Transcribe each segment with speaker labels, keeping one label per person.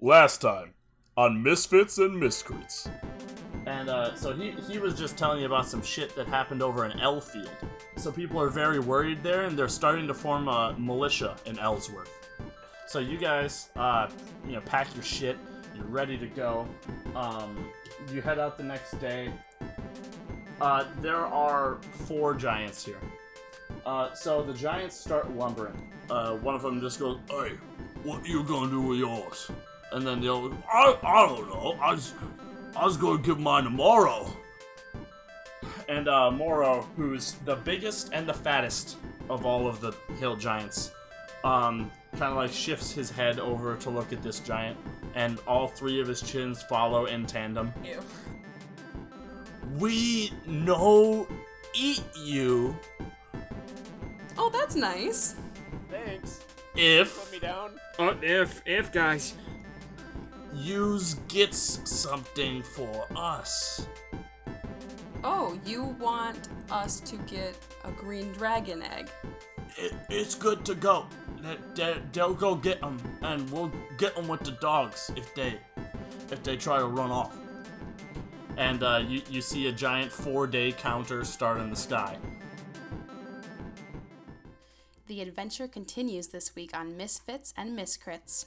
Speaker 1: Last time on Misfits and Miscreants.
Speaker 2: And uh, so he, he was just telling you about some shit that happened over in Elfield. So people are very worried there, and they're starting to form a militia in Ellsworth. So you guys, uh, you know, pack your shit. You're ready to go. Um, you head out the next day. Uh, there are four giants here. Uh, so the giants start lumbering. Uh, one of them just goes, "Hey, what you gonna do with yours?" And then the other, "I, I don't know. I was, I was gonna give mine to Moro." And uh, Moro, who's the biggest and the fattest of all of the hill giants, um, kind of like shifts his head over to look at this giant, and all three of his chins follow in tandem.
Speaker 3: Ew.
Speaker 2: We no eat you
Speaker 3: Oh, that's nice.
Speaker 4: Thanks. Put
Speaker 2: if uh,
Speaker 4: me down.
Speaker 5: Oh, if, if, guys.
Speaker 2: use gets something for us.
Speaker 3: Oh, you want us to get a green dragon egg?
Speaker 2: It, it's good to go. They, they, they'll go get them, and we'll get them with the dogs if they if they try to run off. And uh, you you see a giant four day counter start in the sky.
Speaker 6: The adventure continues this week on Misfits and Miscrits.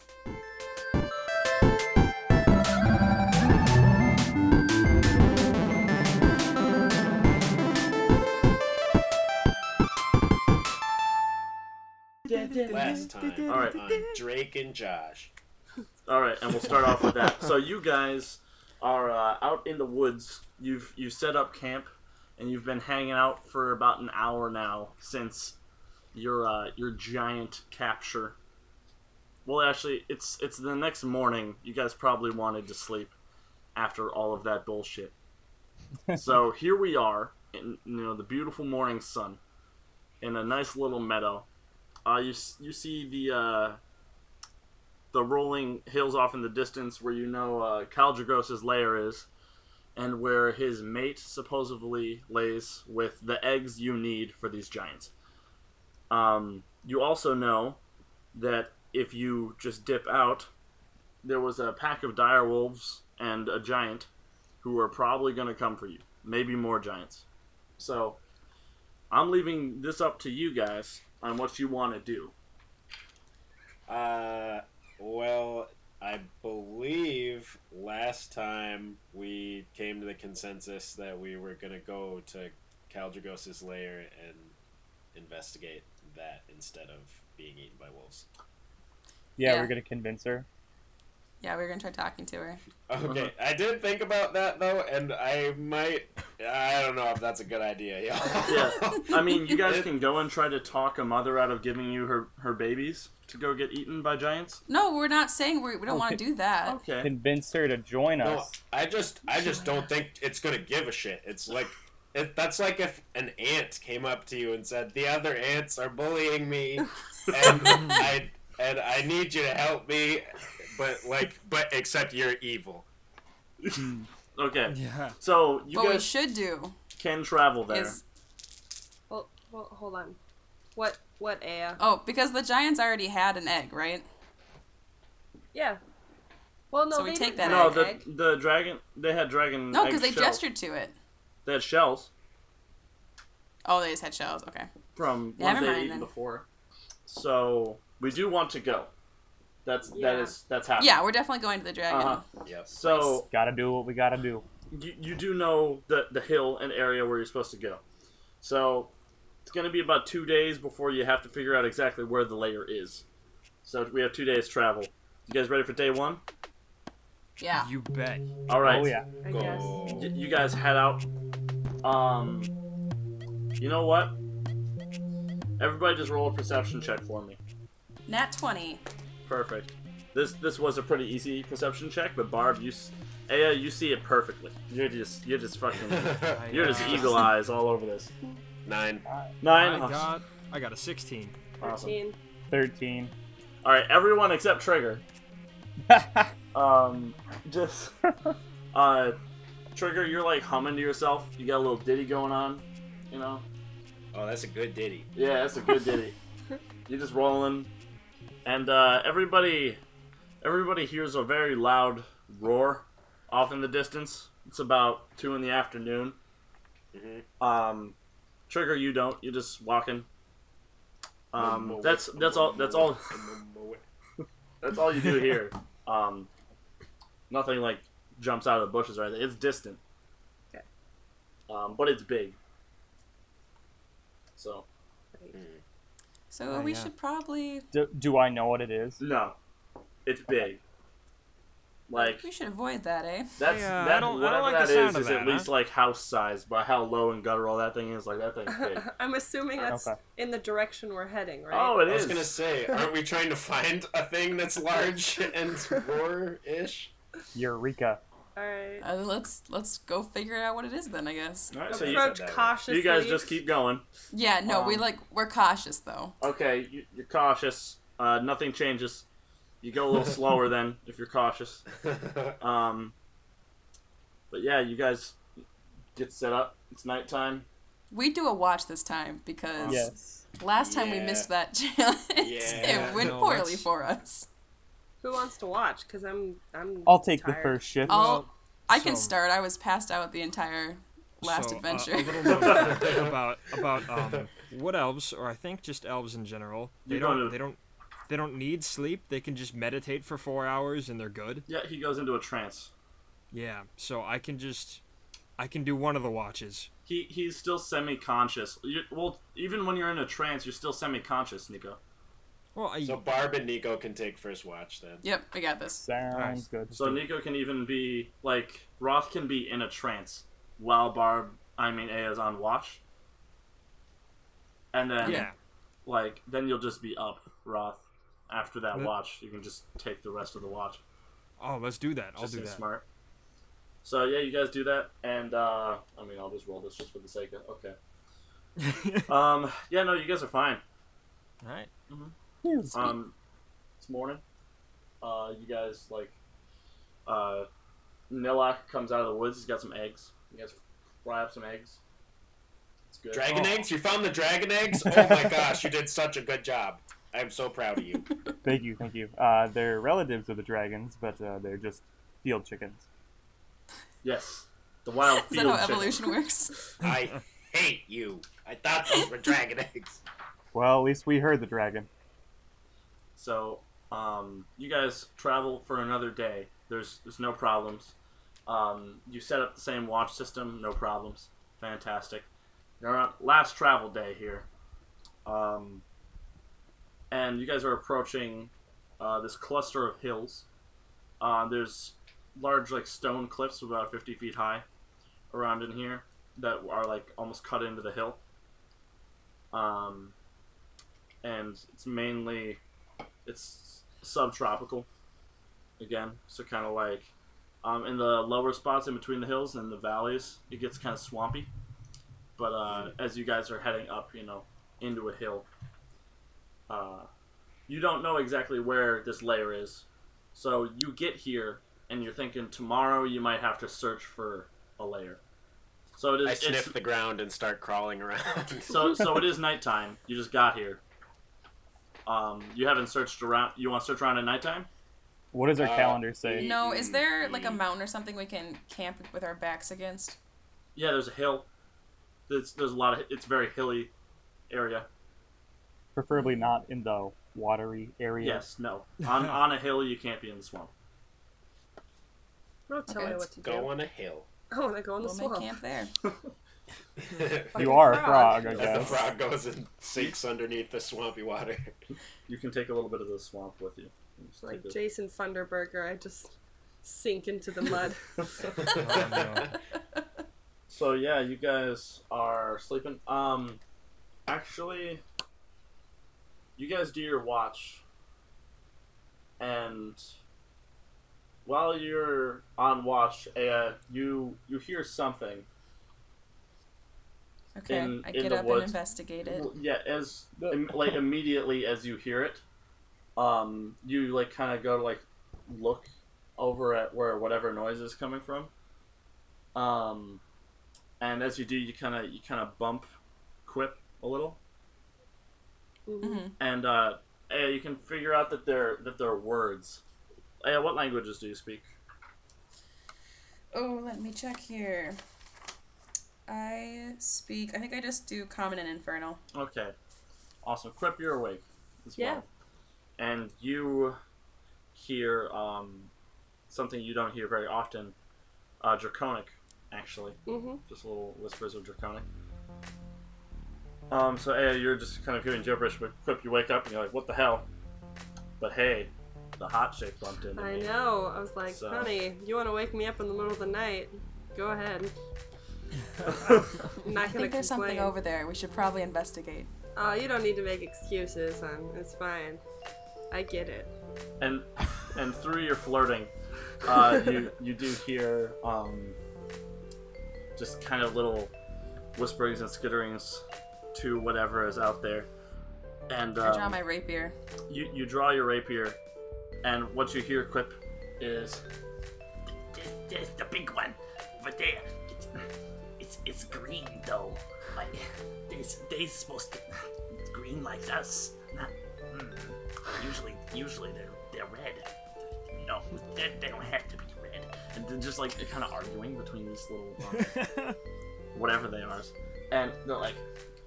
Speaker 4: Last time. All right. On Drake and Josh.
Speaker 2: All right, and we'll start off with that. So you guys are uh, out in the woods. You've you set up camp, and you've been hanging out for about an hour now since your uh, your giant capture. Well, actually, it's it's the next morning. You guys probably wanted to sleep after all of that bullshit. so here we are in you know the beautiful morning sun in a nice little meadow. Uh, you s- you see the. Uh, the rolling hills off in the distance where you know uh, Caldragos' lair is, and where his mate supposedly lays with the eggs you need for these giants. Um, you also know that if you just dip out, there was a pack of dire wolves and a giant who are probably going to come for you. Maybe more giants. So I'm leaving this up to you guys on what you want to do.
Speaker 4: Uh, well, I believe last time we came to the consensus that we were gonna go to Caldragos' lair and investigate that instead of being eaten by wolves.
Speaker 5: Yeah,
Speaker 3: Yeah.
Speaker 5: we're gonna convince her.
Speaker 3: Yeah, we were gonna try talking to her.
Speaker 4: Okay, I did think about that though, and I might. I don't know if that's a good idea, y'all.
Speaker 2: yeah, I mean, you guys can go and try to talk a mother out of giving you her, her babies to go get eaten by giants.
Speaker 3: No, we're not saying we, we don't want to do that.
Speaker 2: Okay.
Speaker 5: Convince her to join
Speaker 4: No,
Speaker 5: us.
Speaker 4: I just I just don't think it's gonna give a shit. It's like it, that's like if an ant came up to you and said, "The other ants are bullying me, and I and I need you to help me," but like but except you're evil.
Speaker 2: Okay.
Speaker 5: Yeah.
Speaker 2: So you
Speaker 3: what we
Speaker 2: guys
Speaker 3: should do
Speaker 2: can travel there.
Speaker 3: is
Speaker 7: Well, well, hold on. What? What? Aya?
Speaker 3: oh, because the giants already had an egg, right?
Speaker 7: Yeah. Well, no,
Speaker 3: So we
Speaker 7: they
Speaker 3: take
Speaker 7: didn't
Speaker 3: that
Speaker 7: have
Speaker 2: no,
Speaker 7: an
Speaker 2: the
Speaker 7: egg.
Speaker 2: the dragon they had dragon.
Speaker 3: No,
Speaker 2: egg
Speaker 3: because they
Speaker 2: shells.
Speaker 3: gestured to it.
Speaker 2: They had shells
Speaker 3: Oh, they just had shells. Okay.
Speaker 2: from
Speaker 3: Never
Speaker 2: ones they
Speaker 3: mind
Speaker 2: eaten
Speaker 3: then.
Speaker 2: before. So we do want to go. That's that
Speaker 7: Yeah.
Speaker 2: is that's
Speaker 8: Uh-huh.
Speaker 2: happening.
Speaker 3: Yeah, we're definitely going to the dragon.
Speaker 2: Uh-huh.
Speaker 4: Yep.
Speaker 2: So
Speaker 5: Gotta do what we gotta do.
Speaker 2: you, you do know the the hill and area where you're supposed to go. So it's going to be about two days before you have to figure out exactly where the layer is. So we have two days travel. You guys ready for day one?
Speaker 3: Yeah.
Speaker 9: You bet.
Speaker 2: All right.
Speaker 5: Oh yeah.
Speaker 7: I guess.
Speaker 4: Go.
Speaker 2: Y- you guys head out. Um, you know what? Everybody, just roll a perception check for me.
Speaker 3: Nat 20.
Speaker 2: Perfect. This this was a pretty easy perception check, but Barb, you, s- Aya, you see it perfectly. You're just you're just fucking you're just eagle eyes all over this.
Speaker 4: Nine.
Speaker 2: Nine. oh,
Speaker 9: I got, I got a 16.
Speaker 2: Awesome.
Speaker 7: Fourteen.
Speaker 5: Thirteen.
Speaker 2: All right, everyone except Trigger. um, just uh, Trigger, you're like humming to yourself. You got a little ditty going on, you know.
Speaker 4: Oh, that's a good ditty.
Speaker 2: Yeah, that's a good ditty. You're just rolling, and uh, everybody, Everybody hears a very loud roar off in the distance. It's about two in the afternoon. Um, Trigger, you don't. You're just walking. Um, that's that's all. That's all. That's all you do here. Um, nothing like jumps out of the bushes or anything. It's distant.
Speaker 7: Okay.
Speaker 2: Um, but it's big. So
Speaker 3: So
Speaker 9: Oh,
Speaker 3: we
Speaker 9: yeah.
Speaker 3: should probably
Speaker 5: Do, do I know what it is?
Speaker 2: no, it's big. Like
Speaker 3: we should avoid that, eh?
Speaker 2: that's
Speaker 9: Yeah, I
Speaker 2: that
Speaker 9: don't- I
Speaker 2: whatever
Speaker 9: don't like
Speaker 2: that
Speaker 9: the
Speaker 2: is
Speaker 9: sound of
Speaker 2: is at
Speaker 9: that,
Speaker 2: least like house size, but how low and guttural that thing is, like that thing's big.
Speaker 7: I'm assuming that's
Speaker 5: Okay.
Speaker 7: in the direction we're heading, right?
Speaker 2: oh, it
Speaker 4: I was
Speaker 2: is.
Speaker 4: gonna say, aren't we trying to find a thing that's large and war-ish?
Speaker 5: Eureka.
Speaker 7: All right.
Speaker 3: Uh, let's let's go figure out what it is then. I guess.
Speaker 2: All right, so you,
Speaker 7: Approach
Speaker 4: that way.
Speaker 7: cautiously.
Speaker 2: you guys just keep going.
Speaker 3: Yeah. No, we
Speaker 5: Um,
Speaker 3: like we're cautious though.
Speaker 2: Okay, you, you're cautious. Uh, nothing changes. You go a little slower then if you're cautious. Um, but yeah, you guys get set up. It's nighttime.
Speaker 3: We do a watch this time because
Speaker 5: Yes.
Speaker 3: last time we
Speaker 4: Yeah.
Speaker 3: missed that challenge.
Speaker 4: Yeah.
Speaker 3: it went
Speaker 9: No,
Speaker 3: poorly
Speaker 9: let's-
Speaker 3: for us.
Speaker 7: Who wants to watch? Because I'm I'm.
Speaker 5: I'll take the
Speaker 7: tired.
Speaker 5: first shift.
Speaker 3: I'll I can
Speaker 9: so-
Speaker 3: start. I was passed out the entire last
Speaker 9: So, uh,
Speaker 3: adventure.
Speaker 9: a little note about about um, wood elves, or I think just elves in general. They
Speaker 2: You
Speaker 9: don't.
Speaker 2: gotta-
Speaker 9: They don't. They don't need sleep. They can just meditate for four hours and they're good.
Speaker 2: Yeah, he goes into a trance.
Speaker 9: Yeah. So I can just, I can do one of the watches.
Speaker 2: He he's still semi-conscious. you well, even when you're in a trance, you're still semi-conscious, Nico.
Speaker 9: Well, I,
Speaker 4: so Barb and Nico can take first watch then.
Speaker 3: yep, we got this.
Speaker 5: Sounds
Speaker 9: Alright.
Speaker 5: good.
Speaker 2: So Nico can even be like Roth can be in a trance while Barb, I mean A, is on watch. And then
Speaker 9: yeah.
Speaker 2: like then you'll just be up, Roth. After that
Speaker 9: But-
Speaker 2: watch, you can just take the rest of the watch.
Speaker 9: Oh, let's do that. I'll
Speaker 2: just
Speaker 9: do
Speaker 2: seems
Speaker 9: that.
Speaker 2: smart. So yeah, you guys do that, and uh, I mean, I'll just roll this just for the sake of okay. um, yeah, no, you guys are fine.
Speaker 9: All right.
Speaker 2: Um, this morning, uh, you guys like, uh, Nilok comes out of the woods. He's got some eggs. You guys fry up some eggs. It's good.
Speaker 4: Dragon eggs? You found the dragon eggs? Oh my gosh, you did such a good job. I'm so proud of you.
Speaker 5: Thank you, thank you. Uh, they're relatives of the dragons, but uh, they're just field chickens.
Speaker 2: Yes, the wild
Speaker 3: Is
Speaker 2: field.
Speaker 3: that how
Speaker 2: chicken.
Speaker 3: evolution works?
Speaker 4: I hate you. I thought those were dragon eggs.
Speaker 5: Well, at least we heard the dragon.
Speaker 2: So, um, you guys travel for another day. There's there's no problems. Um, you set up the same watch system, no problems. Fantastic. You're on last travel day here. Um, and you guys are approaching uh, this cluster of hills. Uh, there's large like stone cliffs about 50 feet high around in here that are like almost cut into the hill. Um, and it's mainly it's subtropical again so kind of like um, in the lower spots in between the hills and the valleys it gets kind of swampy but uh, as you guys are heading up you know into a hill uh, you don't know exactly where this layer is so you get here and you're thinking tomorrow you might have to search for a layer so it is
Speaker 4: I
Speaker 2: it's-
Speaker 4: sniff the ground and start crawling around.
Speaker 2: so so it is nighttime. You just got here. Um, you haven't searched around. You want to search around at nighttime?
Speaker 5: What does our
Speaker 4: Uh,
Speaker 5: calendar say?
Speaker 3: No, is there like a mountain or something we can camp with our backs against?
Speaker 2: Yeah, there's a hill. There's there's a lot of it's a very hilly area.
Speaker 5: Preferably not in the watery area.
Speaker 2: Yes, no. On on a hill you can't be in the swamp.
Speaker 7: Don't tell
Speaker 3: Okay.
Speaker 7: me what to do.
Speaker 4: Go on a hill.
Speaker 7: Oh, they go in the
Speaker 3: We'll make
Speaker 7: swamp.
Speaker 3: camp there.
Speaker 7: Fucking
Speaker 5: You are a
Speaker 7: frog.
Speaker 5: frog, I
Speaker 4: As the
Speaker 5: guess.
Speaker 4: frog goes and sinks underneath the swampy water.
Speaker 2: You can take a little bit of the swamp with you. You just
Speaker 7: Like
Speaker 2: take a-
Speaker 7: Jason Thunderberger, I just sink into the mud.
Speaker 9: Oh, no.
Speaker 2: So yeah, you guys are sleeping. Um, actually, you guys do your watch, and while you're on watch, uh, you you hear something.
Speaker 3: Okay,
Speaker 2: In-
Speaker 3: I
Speaker 2: in
Speaker 3: get
Speaker 2: the
Speaker 3: up and
Speaker 2: woods.
Speaker 3: investigate it.
Speaker 2: Well, Yeah, as im- like immediately as you hear it, um, you like kind of go to like look over at where whatever noise is coming from. Um, and as you do, you kind of you kind of bump Quip a little,
Speaker 7: Mhm.
Speaker 3: hmm
Speaker 7: Mm-hmm.
Speaker 3: Mm-hmm.
Speaker 2: and uh, eh, you can figure out that they're that they're words. Uh, what languages do you speak?
Speaker 10: Oh, let me check here. I speak. I think I just do common and infernal.
Speaker 2: Okay. Awesome. Quip, you're awake as
Speaker 7: Yeah.
Speaker 2: well. And you hear um, something you don't hear very often uh, draconic, actually.
Speaker 7: Mm-hmm.
Speaker 2: Just little whispers of draconic. Um, so, hey, you're just kind of hearing gibberish, but Quip, you wake up and you're like, what the hell? But hey, the hot chick bumped into
Speaker 7: I
Speaker 2: me.
Speaker 7: know. I was like,
Speaker 2: So-
Speaker 7: honey, you want to wake me up in the middle of the night? Go ahead. I'm
Speaker 6: I
Speaker 7: not gonna
Speaker 6: think there's something
Speaker 7: complain.
Speaker 6: over there. We should probably investigate.
Speaker 7: Oh, you don't need to make excuses, hon. It's fine. I get it.
Speaker 2: and and through your flirting, uh, you you do hear um, just kind of little whisperings and skitterings to whatever is out there, and
Speaker 10: I draw
Speaker 2: um,
Speaker 10: my rapier.
Speaker 2: you you draw your rapier, and what you hear, Quip, is
Speaker 8: There's, there's the big one over there. It's, it's, it's green though. But they they supposed to it's green like us. Not, mm, usually usually they're they're red. No, they, they don't have to be red.
Speaker 2: and they're just like they're kind of arguing between these little um, whatever they are, and they're like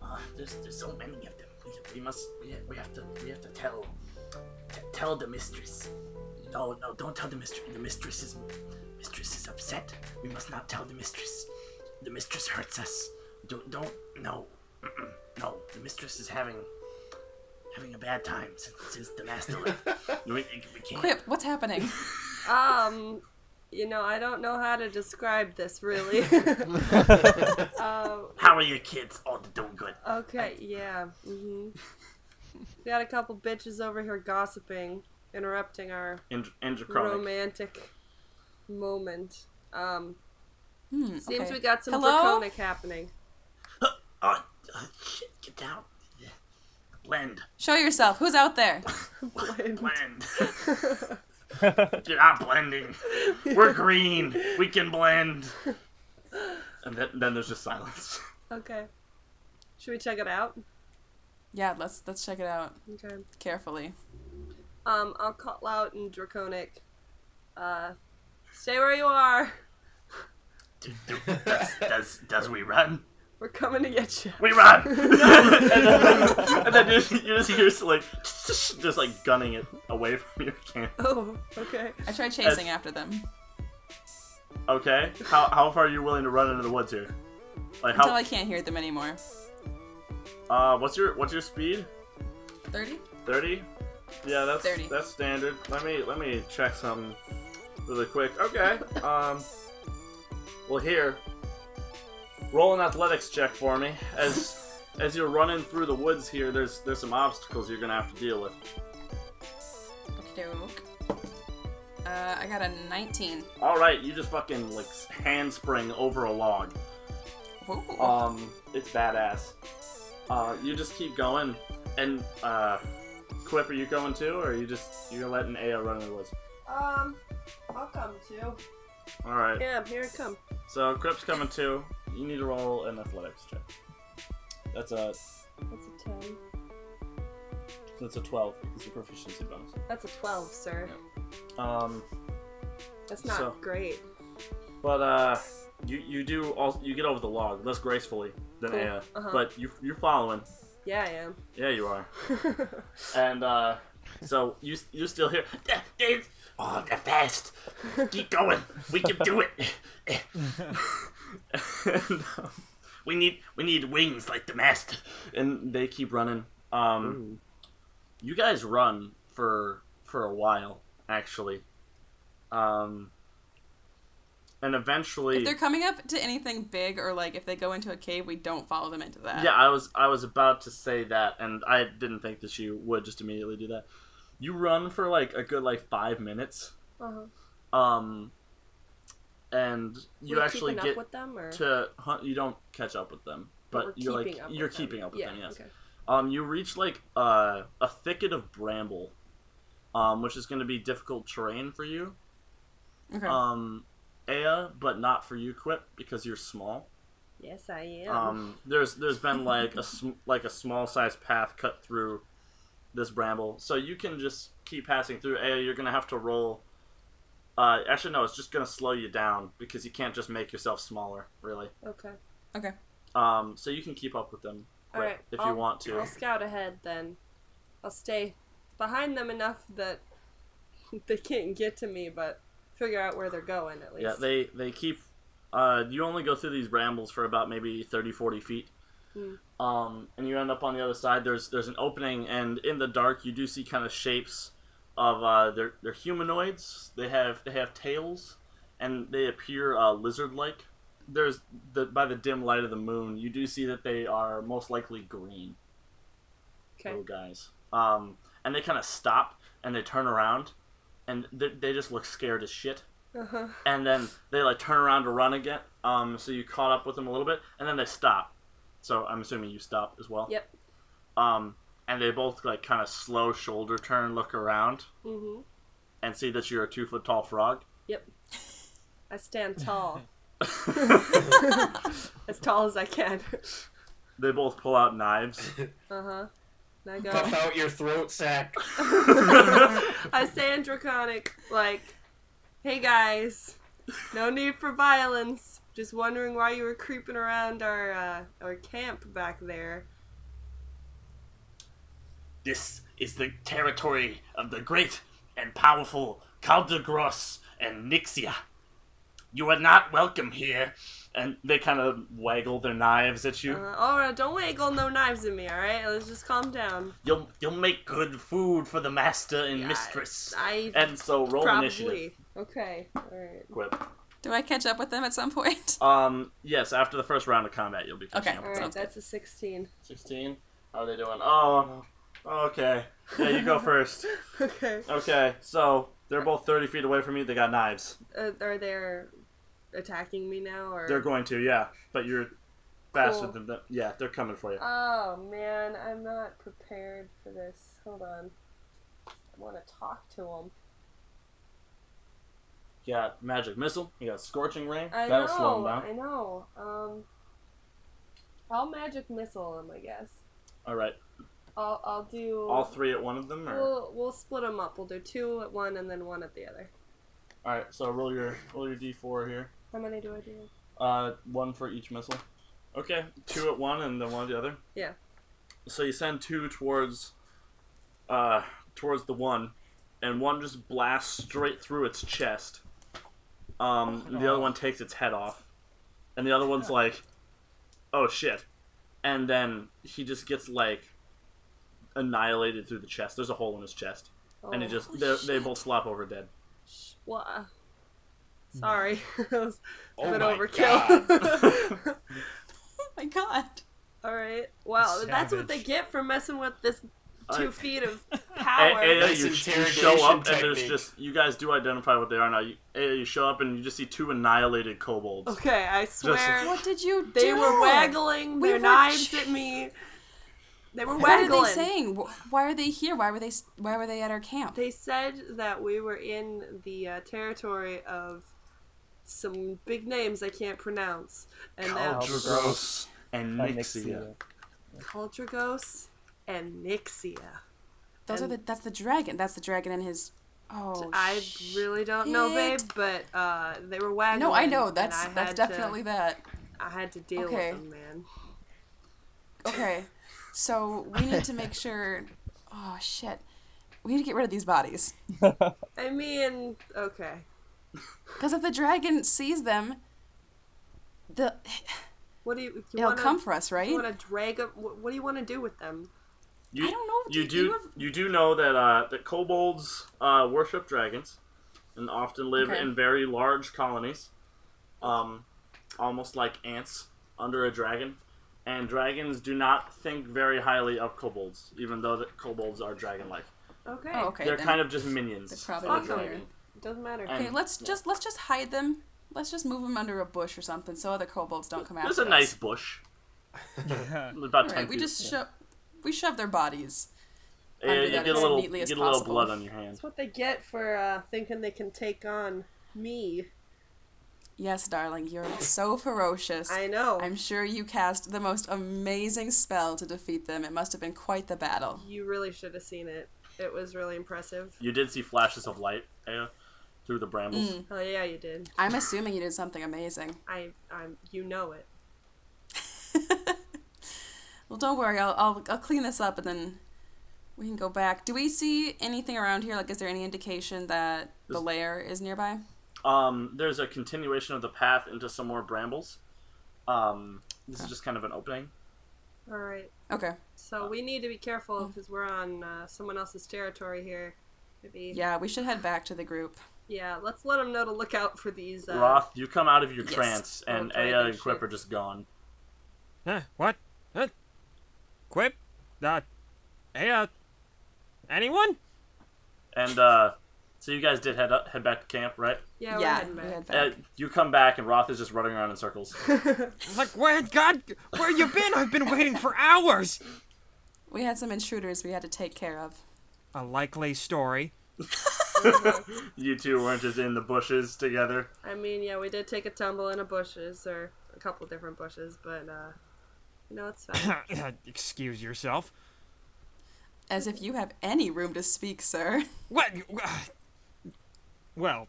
Speaker 8: Uh, there's there's so many of them. We, we must we, we have to we have to tell t- tell the mistress. No no don't tell the mistress. The mistress is mistress is upset. We must not tell the mistress. The mistress hurts us. Don't don't no Mm-mm. no. The mistress is having having a bad time since, since the master left. we, we can't.
Speaker 10: Quip, what's happening?
Speaker 7: Um, you know, I don't know how to describe this really. um,
Speaker 8: How are your kids? Oh, they're doing good.
Speaker 7: okay, yeah. hmm Got a couple bitches over here gossiping, interrupting our
Speaker 2: and and draconic.
Speaker 7: romantic moment. Um,
Speaker 10: Hmm,
Speaker 7: seems
Speaker 10: okay.
Speaker 7: we got some
Speaker 10: Hello?
Speaker 7: draconic happening.
Speaker 8: Oh, uh, shit, get down. Yeah. Blend,
Speaker 10: Show yourself. Who's out there?
Speaker 8: blend. You're not blending. We're green. We can blend.
Speaker 2: And then, then there's just silence.
Speaker 7: Okay. Should we check it out?
Speaker 10: Yeah, let's let's check it out
Speaker 7: Okay.
Speaker 10: carefully.
Speaker 7: Um, I'll call out in draconic. Uh, stay where you are.
Speaker 8: Do- do- Does, does, does we run?
Speaker 7: We're coming to get you.
Speaker 8: We run.
Speaker 2: and then you, you just hear like just like gunning it away from your camp.
Speaker 7: Oh, okay.
Speaker 10: I try chasing after them
Speaker 2: Okay, how, how far are you willing to run into the woods here? Like
Speaker 10: until
Speaker 2: how?
Speaker 10: I can't hear them anymore.
Speaker 2: Uh, what's your what's your speed?
Speaker 10: Thirty.
Speaker 2: Thirty. Yeah, that's
Speaker 10: 30.
Speaker 2: that's standard. Let me let me check something really quick. Okay. Um. Well, here. Roll an athletics check for me as as you're running through the woods here. There's there's some obstacles you're gonna have to deal with.
Speaker 10: Okay. Uh, I got a nineteen.
Speaker 2: All right, you just fucking like handspring over a log.
Speaker 10: Whoa.
Speaker 2: Um, it's badass. Uh, you just keep going, and uh, Quip, are you going too, or are you just you're letting Ao run in the woods?
Speaker 7: Um, I'll come too.
Speaker 2: All right.
Speaker 7: Yeah, here it come.
Speaker 2: So Quip's coming too. You need to roll an athletics check. That's a
Speaker 7: That's a ten.
Speaker 2: that's a twelve. It's a proficiency bonus.
Speaker 7: That's a twelve, sir.
Speaker 2: Um,
Speaker 7: That's not
Speaker 2: So-
Speaker 7: great.
Speaker 2: but uh, you you do all you get over the log less gracefully than
Speaker 7: Cool.
Speaker 2: Aya,
Speaker 7: Uh-huh.
Speaker 2: but you you're following.
Speaker 7: Yeah, I am.
Speaker 2: Yeah, you are.
Speaker 7: Uh-huh.
Speaker 2: and uh, so you you're still here.
Speaker 8: Yeah, Dave. Oh, they're fast. Keep going. We can do it.
Speaker 2: and, um,
Speaker 8: We need we need wings like the master.
Speaker 2: and they keep running. Um, you guys run for for a while, actually, um, and eventually,
Speaker 10: if they're coming up to anything big or like if they go into a cave, we don't follow them into that.
Speaker 2: yeah, I was I was about to say that, and I didn't think that you would just immediately do that. You run for like a good like five minutes,
Speaker 7: Uh-huh.
Speaker 2: um, and you
Speaker 7: We're
Speaker 2: actually
Speaker 7: keeping
Speaker 2: get
Speaker 7: up with them, or
Speaker 2: to hunt. You don't catch up with them, but,
Speaker 7: we're
Speaker 2: you're like
Speaker 7: keeping up
Speaker 2: you're
Speaker 7: with them.
Speaker 2: keeping up with
Speaker 7: yeah,
Speaker 2: them. Yes.
Speaker 7: Okay.
Speaker 2: Um, you reach like uh, a thicket of bramble, um, which is going to be difficult terrain for you,
Speaker 10: Okay.
Speaker 2: um, Aya, but not for you, Quip, because you're small.
Speaker 7: Yes, I am.
Speaker 2: Um, there's there's been like a sm- like a small sized path cut through this bramble, so you can just keep passing through. Aya, you're going to have to roll Uh, actually, no, it's just gonna slow you down because you can't just make yourself smaller, really.
Speaker 7: Okay.
Speaker 10: Okay.
Speaker 2: Um, so you can keep up with them
Speaker 7: All
Speaker 2: quick
Speaker 7: right,
Speaker 2: if
Speaker 7: I'll-
Speaker 2: you want to.
Speaker 7: I'll scout ahead then. I'll stay behind them enough that they can't get to me, but figure out where they're going at least.
Speaker 2: Yeah, they they keep. Uh, you only go through these rambles for about maybe 30, 40 feet,
Speaker 7: Hmm.
Speaker 2: um, and you end up on the other side. There's there's an opening, and in the dark you do see kind of shapes of uh, they're they're humanoids. They have they have tails, and they appear uh, lizard like. There's the by the dim light of the moon, you do see that they are most likely green
Speaker 7: okay.
Speaker 2: little guys. Um, and they kind of stop and they turn around, and they, they just look scared as shit
Speaker 7: Uh-huh.
Speaker 2: and then they like turn around to run again. Um, so you caught up with them a little bit, and then they stop. So I'm assuming you stop as well.
Speaker 7: Yep.
Speaker 2: Um, and they both like kind of slow shoulder turn, look around,
Speaker 7: Mm-hmm.
Speaker 2: and see that you're a two foot tall frog.
Speaker 7: I stand tall, as tall as I can.
Speaker 2: They both pull out knives.
Speaker 7: Uh huh. And I
Speaker 4: Puff
Speaker 7: go.
Speaker 4: out your throat sack.
Speaker 7: I say in draconic, like, "Hey guys, no need for violence. Just wondering why you were creeping around our uh, our camp back there."
Speaker 8: This is the territory of the great and powerful Caldegros and Nixia. You are not welcome here.
Speaker 2: and they kind of waggle their knives at you.
Speaker 7: Uh, all right, don't wiggle no knives at me. All right, let's just calm down.
Speaker 8: You'll you'll make good food for the master and
Speaker 7: Yeah,
Speaker 8: mistress.
Speaker 7: I
Speaker 2: And so roll
Speaker 7: probably
Speaker 2: initiative.
Speaker 7: okay. All right.
Speaker 2: Quip.
Speaker 6: Do I catch up with them at some point?
Speaker 2: Um, yes, after the first round of combat, you'll be catching
Speaker 6: Okay.
Speaker 2: up
Speaker 7: All
Speaker 2: with
Speaker 7: right,
Speaker 2: them.
Speaker 6: Sounds
Speaker 7: that's
Speaker 6: good.
Speaker 7: a sixteen.
Speaker 2: 16. How are they doing? Oh, no. Okay. Yeah, you go first.
Speaker 7: Okay.
Speaker 2: Okay, so they're both 30 feet away from you. They got knives.
Speaker 7: Uh, are they attacking me now, or
Speaker 2: They're going to, yeah. But you're faster
Speaker 7: Cool.
Speaker 2: than them. Yeah, they're coming for you.
Speaker 7: Oh man, I'm not prepared for this. Hold on. I want to talk to him.
Speaker 2: You got magic missile. You got scorching ray.
Speaker 7: I
Speaker 2: That'll
Speaker 7: know.
Speaker 2: slow them down.
Speaker 7: I know. Um, I'll magic missile him. I guess.
Speaker 2: All right.
Speaker 7: I'll I'll do.
Speaker 2: All three at one of them? Or... All
Speaker 7: We'll we'll split them up. We'll do two at one and then one at the other.
Speaker 2: right, so roll your roll your d4 here.
Speaker 7: How many do I do?
Speaker 2: Uh, one for each missile. Okay, two at one and then one at the other.
Speaker 7: Yeah.
Speaker 2: So you send two towards, uh, towards the one, and one just blasts straight through its chest. Um, and the other one takes its head off, and the other one's like, "Oh shit," and then he just gets like annihilated through the chest. There's a hole in his chest, and it
Speaker 7: Oh,
Speaker 2: just they they both flop over dead.
Speaker 7: sh- wha- uh, Sorry, that was a
Speaker 4: Oh
Speaker 7: bit
Speaker 4: my
Speaker 7: overkill.
Speaker 6: Oh my god.
Speaker 7: All right. Wow, that's what
Speaker 9: Savage.
Speaker 7: they get for messing with this two
Speaker 2: I-
Speaker 7: feet of
Speaker 2: A-
Speaker 7: power.
Speaker 2: Aya,
Speaker 4: Nice
Speaker 2: you, you
Speaker 4: interrogation
Speaker 2: show up and there's
Speaker 4: technique.
Speaker 2: just you guys do identify what they are now. You, Aya, you show up and you just see two annihilated kobolds.
Speaker 7: Okay, I swear
Speaker 6: What did you do?
Speaker 7: they were waggling
Speaker 6: We
Speaker 7: their
Speaker 6: were
Speaker 7: knives
Speaker 6: ch-
Speaker 7: at me. They were
Speaker 6: What are
Speaker 7: waggling.
Speaker 6: they saying? Wh- Why are they here? Why were they? s- Why were they at our camp?
Speaker 7: They said that we were in the uh, territory of some big names I can't pronounce, and that
Speaker 2: Gross and Nixia.
Speaker 5: Nixia.
Speaker 7: Cultragos and Nixia.
Speaker 6: Those are the. That's the dragon. That's the dragon and his. Oh.
Speaker 7: I
Speaker 6: sh-
Speaker 7: really don't know, babe,
Speaker 6: shit.
Speaker 7: but uh, they were waggling.
Speaker 6: No, I know.
Speaker 7: and
Speaker 6: That's
Speaker 7: I
Speaker 6: that's
Speaker 7: had to-
Speaker 6: definitely that.
Speaker 7: I had to deal
Speaker 6: Okay.
Speaker 7: with them, man.
Speaker 6: Okay. So we need to make sure. Oh shit. We need to get rid of these bodies.
Speaker 7: I mean, okay.
Speaker 6: Because if the dragon sees them, the
Speaker 7: What do you? do you
Speaker 6: it'll
Speaker 7: wanna,
Speaker 6: come for us, right?
Speaker 7: You want to drag up? What, what do you want to do with them?
Speaker 2: You,
Speaker 6: I don't know,
Speaker 2: You
Speaker 6: do
Speaker 2: do
Speaker 6: you
Speaker 2: you,
Speaker 6: have-
Speaker 2: do know that uh, that kobolds uh, worship dragons, and often live
Speaker 6: Okay.
Speaker 2: in very large colonies, um, almost like ants under a dragon. And dragons do not think very highly of kobolds, even though the kobolds are dragon-like.
Speaker 7: Okay.
Speaker 6: Oh, okay.
Speaker 2: They're
Speaker 6: then.
Speaker 2: kind of just minions.
Speaker 6: they're
Speaker 2: of
Speaker 6: probably
Speaker 2: the
Speaker 7: not
Speaker 2: dragon.
Speaker 7: Doesn't matter.
Speaker 2: And-
Speaker 6: Okay, let's just let's just hide them. Let's just move them under a bush or something so other kobolds don't come after
Speaker 2: There's
Speaker 6: us.
Speaker 2: a nice bush. About
Speaker 6: All
Speaker 2: ten
Speaker 6: right, we
Speaker 2: feet.
Speaker 6: just shove we shove their bodies.
Speaker 2: Yeah,
Speaker 6: under
Speaker 2: you
Speaker 6: that
Speaker 2: get a
Speaker 6: as
Speaker 2: little,
Speaker 6: neatly
Speaker 2: you
Speaker 6: as
Speaker 2: get a little
Speaker 6: possible.
Speaker 2: blood on your hands.
Speaker 7: That's what they get for uh, thinking they can take on me.
Speaker 6: Yes, darling, you're so ferocious.
Speaker 7: I know.
Speaker 6: I'm sure you cast the most amazing spell to defeat them. It must have been quite the battle.
Speaker 7: You really should have seen it. It was really impressive.
Speaker 2: You did see flashes of light, Aya, through the brambles.
Speaker 6: Mm.
Speaker 7: Oh yeah, you did.
Speaker 6: I'm assuming you did something amazing.
Speaker 7: I, I'm, you know it.
Speaker 6: Well, don't worry. I'll, I'll I'll clean this up and then we can go back. Do we see anything around here? Like, is there any indication that the
Speaker 2: There's-
Speaker 6: lair is nearby?
Speaker 2: Um, there's a continuation of the path into some more brambles. Um, this is just kind of an opening.
Speaker 7: All right.
Speaker 6: Okay.
Speaker 7: So we need to be careful
Speaker 6: Mm.
Speaker 7: because we're on uh, someone else's territory here. Maybe.
Speaker 6: Yeah, we should head back to the group.
Speaker 7: Yeah. Let's let them know to look out for these. Uh,
Speaker 2: Roth, you come out of your
Speaker 7: Yes.
Speaker 2: trance, and
Speaker 7: Oh,
Speaker 2: Aya and
Speaker 7: dragon
Speaker 2: Quip are just gone.
Speaker 9: Huh? What? Huh? Quip? Uh, hey, uh, anyone?
Speaker 2: And uh, so you guys did head up, head back to camp, right?
Speaker 7: Yeah.
Speaker 6: Yeah,
Speaker 7: We're
Speaker 6: we
Speaker 7: heading
Speaker 6: head
Speaker 7: back.
Speaker 2: Uh, you come back, and Roth is just running around in circles.
Speaker 9: Like, where, God, where you been? I've been waiting for hours.
Speaker 6: We had some intruders we had to take care of.
Speaker 9: A likely story.
Speaker 2: you two weren't just in the bushes together.
Speaker 7: I mean, yeah, we did take a tumble in a bushes or a couple different bushes, but uh, you know it's fine.
Speaker 9: Excuse yourself.
Speaker 6: As if you have any room to speak, sir.
Speaker 9: What? you- uh, Well,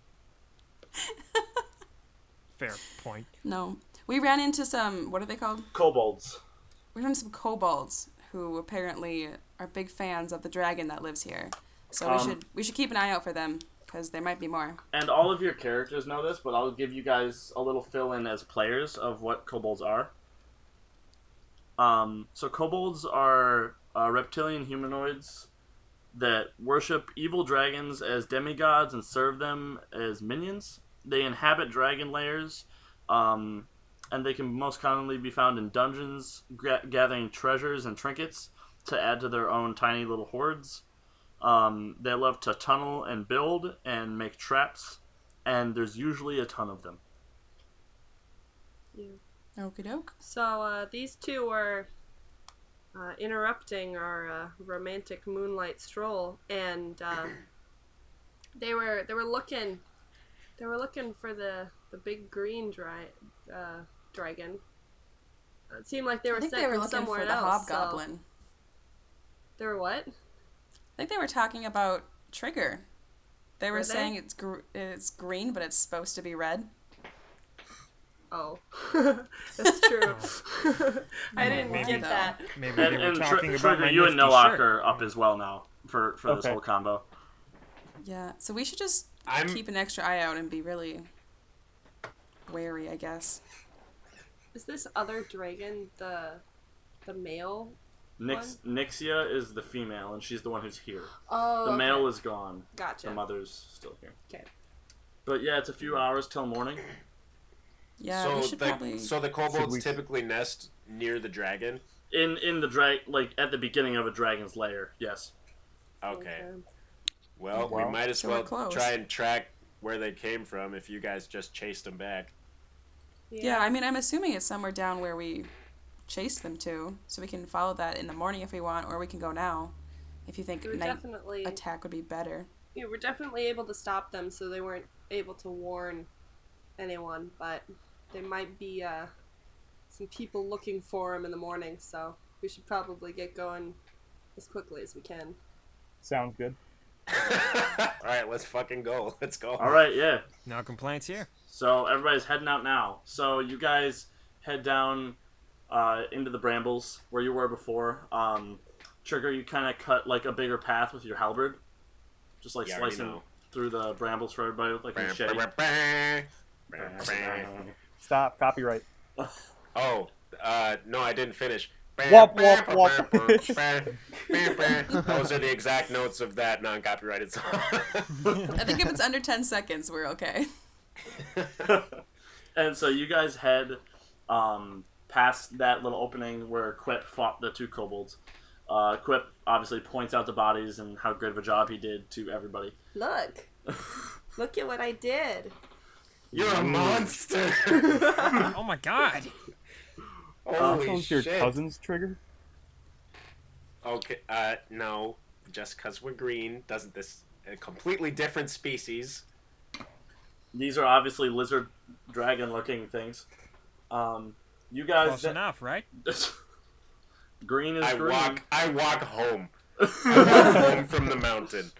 Speaker 9: fair point.
Speaker 6: No. We ran into some, what are they called?
Speaker 2: Kobolds.
Speaker 6: We ran into some kobolds who apparently are big fans of the dragon that lives here. So we
Speaker 2: Um,
Speaker 6: should we should keep an eye out for them because there might be more.
Speaker 2: And all of your characters know this, but I'll give you guys a little fill in as players of what kobolds are. Um, so kobolds are uh, reptilian humanoids that worship evil dragons as demigods and serve them as minions. They inhabit dragon lairs, um, and they can most commonly be found in dungeons, gra- gathering treasures and trinkets to add to their own tiny little hoards. Um, they love to tunnel and build and make traps, and there's usually a ton of them.
Speaker 6: Okie doke.
Speaker 7: so uh, these two were uh, interrupting our uh, romantic moonlight stroll, and uh, they were they were looking they were looking for the the big green dry, uh, dragon. It seemed like they were
Speaker 6: I think
Speaker 7: sent
Speaker 6: they were
Speaker 7: from
Speaker 6: looking for
Speaker 7: somewhere
Speaker 6: the
Speaker 7: else. so-
Speaker 6: hobgoblin.
Speaker 7: They were what?
Speaker 6: I think they were talking about Trigger. They were,
Speaker 7: Were they?
Speaker 6: saying it's gr- it's green, but it's supposed to be red.
Speaker 7: Oh, that's true. I didn't
Speaker 9: Maybe-
Speaker 7: get that.
Speaker 9: Maybe
Speaker 2: And,
Speaker 9: they were
Speaker 2: and Tr-
Speaker 9: talking about
Speaker 2: Trigger,
Speaker 9: my
Speaker 2: you and
Speaker 9: nifty
Speaker 2: Nilok
Speaker 9: shirt.
Speaker 2: are up as well now for, for this
Speaker 5: Okay.
Speaker 2: whole combo.
Speaker 6: Yeah, so we should just
Speaker 4: I'm-
Speaker 6: keep an extra eye out and be really wary, I guess.
Speaker 7: Is this other dragon the the male?
Speaker 2: Nix- Nixia is the female, and she's the one who's here.
Speaker 7: Oh,
Speaker 2: The male is gone.
Speaker 7: Gotcha.
Speaker 2: The mother's still here.
Speaker 7: Okay.
Speaker 2: But yeah, it's a few hours till morning.
Speaker 6: Yeah,
Speaker 4: so
Speaker 6: we should
Speaker 4: the
Speaker 6: probably.
Speaker 4: so the kobolds
Speaker 5: we-
Speaker 4: typically nest near the dragon.
Speaker 2: In in the drag like at the beginning of a dragon's lair. Yes.
Speaker 4: Okay. Well, we
Speaker 5: Well,
Speaker 4: might as
Speaker 6: so we're
Speaker 4: well
Speaker 6: close.
Speaker 4: try and track where they came from if you guys just chased them back.
Speaker 6: yeah, I mean, I'm assuming it's somewhere down where we chased them to, so we can follow that in the morning if we want, or we can go now. If you think
Speaker 7: We were
Speaker 6: night
Speaker 7: definitely
Speaker 6: attack would be better.
Speaker 7: we were definitely able to stop them, so they weren't able to warn anyone. But there might be uh, some people looking for him in the morning, so we should probably get going as quickly as we can.
Speaker 5: Sounds good.
Speaker 4: All right, let's fucking go. Let's go.
Speaker 2: All right. Yeah.
Speaker 9: No complaints here.
Speaker 2: So everybody's heading out now. So you guys head down uh, into the brambles where you were before. Um, Trigger, you kind of cut like a bigger path with your halberd, just like
Speaker 4: Yeah, I already
Speaker 2: slicing
Speaker 4: know.
Speaker 2: through the brambles for everybody with like a machete.
Speaker 5: Stop. Copyright.
Speaker 4: Oh, uh, no, I didn't finish.
Speaker 5: Womp, womp, womp.
Speaker 4: Those are the exact notes of that non-copyrighted song.
Speaker 6: I think if it's under 10 seconds, we're okay.
Speaker 2: and so you guys head um, past that little opening where Quip fought the two kobolds. Uh, Quip obviously points out the bodies and how good of a job he did to everybody.
Speaker 7: Look, look at what I did.
Speaker 4: You're a monster.
Speaker 9: Oh my God.
Speaker 4: Holy
Speaker 5: Those your
Speaker 4: shit.
Speaker 5: cousins trigger?
Speaker 4: Okay, uh, no. Just because we're green doesn't this a completely different species.
Speaker 2: These are obviously lizard dragon looking things. Um, you guys.
Speaker 9: Close enough, right?
Speaker 2: green is
Speaker 4: I
Speaker 2: green.
Speaker 4: walk. I walk home. I walk home from the mountain.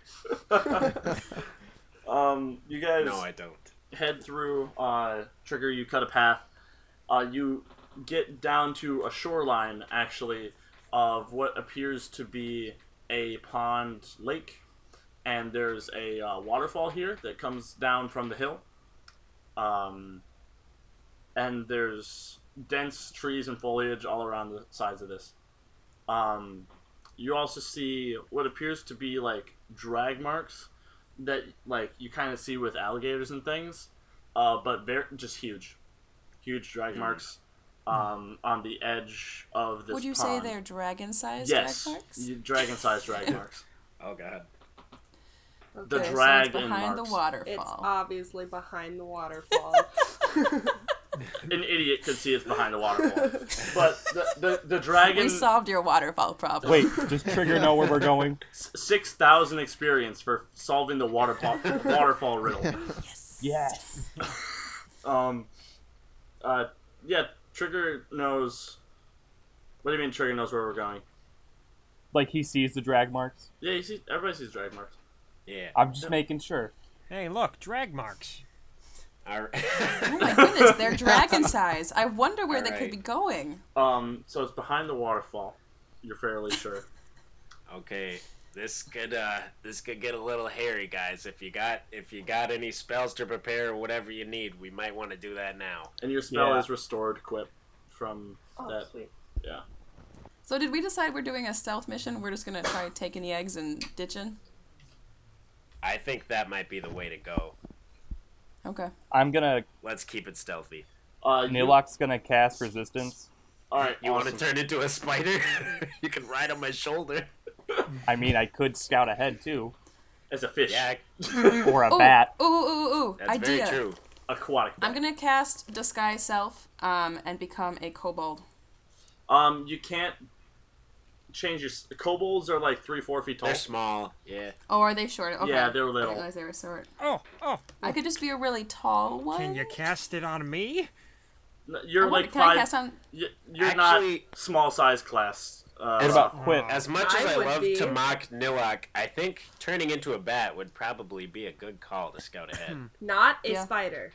Speaker 2: Um, you guys.
Speaker 4: No, I don't.
Speaker 2: Head through uh, Trigger. You cut a path. Uh, you get down to a shoreline, actually, of what appears to be a pond lake, and there's a uh, waterfall here that comes down from the hill. Um, and there's dense trees and foliage all around the sides of this. Um, you also see what appears to be like drag marks that like you kind of see with alligators and things, uh, but very just huge, huge drag marks um, on the edge of this.
Speaker 6: Would you say
Speaker 2: pond.
Speaker 6: they're dragon-sized
Speaker 2: yes,
Speaker 6: drag marks?
Speaker 2: dragon sized drag marks.
Speaker 4: Oh god.
Speaker 2: The
Speaker 6: Okay, so it's
Speaker 2: drag and
Speaker 6: behind the
Speaker 2: marks.
Speaker 7: It's
Speaker 6: waterfall.
Speaker 7: obviously behind the waterfall.
Speaker 2: An idiot could see it's behind the waterfall, but the the, the dragon.
Speaker 6: we solved your waterfall problem.
Speaker 5: Wait, does Trigger know where we're going?
Speaker 2: Six thousand experience for solving the waterfall waterfall riddle.
Speaker 5: Yes.
Speaker 2: Um, uh, yeah, Trigger knows. What do you mean Trigger knows where we're going?
Speaker 5: Like he sees the drag marks.
Speaker 2: Yeah, you see, everybody sees drag marks.
Speaker 4: Yeah.
Speaker 5: I'm just making sure.
Speaker 9: Hey, look, drag marks.
Speaker 4: All right.
Speaker 6: Oh my goodness, they're dragon-sized. I wonder where they
Speaker 4: Alright.
Speaker 6: could be going.
Speaker 2: Um, so it's behind the waterfall. You're fairly sure.
Speaker 4: Okay, this could uh this could get a little hairy, guys. If you got if you got any spells to prepare or whatever you need, we might want to do that now.
Speaker 2: And your spell
Speaker 5: Yeah.
Speaker 2: is restored, Quip, from
Speaker 7: Oh,
Speaker 2: that.
Speaker 7: sweet.
Speaker 2: Yeah.
Speaker 6: So did we decide we're doing a stealth mission? We're just gonna try taking the eggs and ditching.
Speaker 4: I think that might be the way to go.
Speaker 6: Okay.
Speaker 5: I'm gonna.
Speaker 4: Let's keep it stealthy.
Speaker 2: Uh, you, all
Speaker 5: Nilok's gonna cast resistance.
Speaker 2: right,
Speaker 4: You want
Speaker 2: awesome.
Speaker 4: to turn into a spider? you can ride on my shoulder.
Speaker 5: I mean, I could scout ahead too,
Speaker 2: as a fish,
Speaker 4: Yeah,
Speaker 5: or a
Speaker 6: Ooh,
Speaker 5: bat.
Speaker 6: Ooh, ooh, ooh, ooh.
Speaker 4: that's
Speaker 6: Idea.
Speaker 4: very true.
Speaker 2: aquatic.
Speaker 6: I'm gonna cast disguise self, um, and become a kobold.
Speaker 2: Um, you can't change your s- kobolds are like three, four feet tall.
Speaker 4: They're small. Yeah.
Speaker 6: Oh, are they short? Okay.
Speaker 2: Yeah, they're little.
Speaker 6: I realized they were short.
Speaker 9: Oh, oh.
Speaker 6: I could just be a really tall one.
Speaker 9: Can
Speaker 2: Oh.
Speaker 9: you cast it on me?
Speaker 2: N-
Speaker 6: I
Speaker 2: You're
Speaker 6: wonder-
Speaker 2: like
Speaker 6: Oh, can I
Speaker 2: five.
Speaker 6: cast on?
Speaker 2: y- You're
Speaker 4: Actually-
Speaker 2: not small size class. Uh,
Speaker 5: What about Quip?
Speaker 4: As much as
Speaker 7: I
Speaker 4: I,
Speaker 7: would
Speaker 4: love
Speaker 7: be-
Speaker 4: to mock Nilok, I think turning into a bat would probably be a good call to scout ahead.
Speaker 7: Not a
Speaker 6: Yeah.
Speaker 7: spider.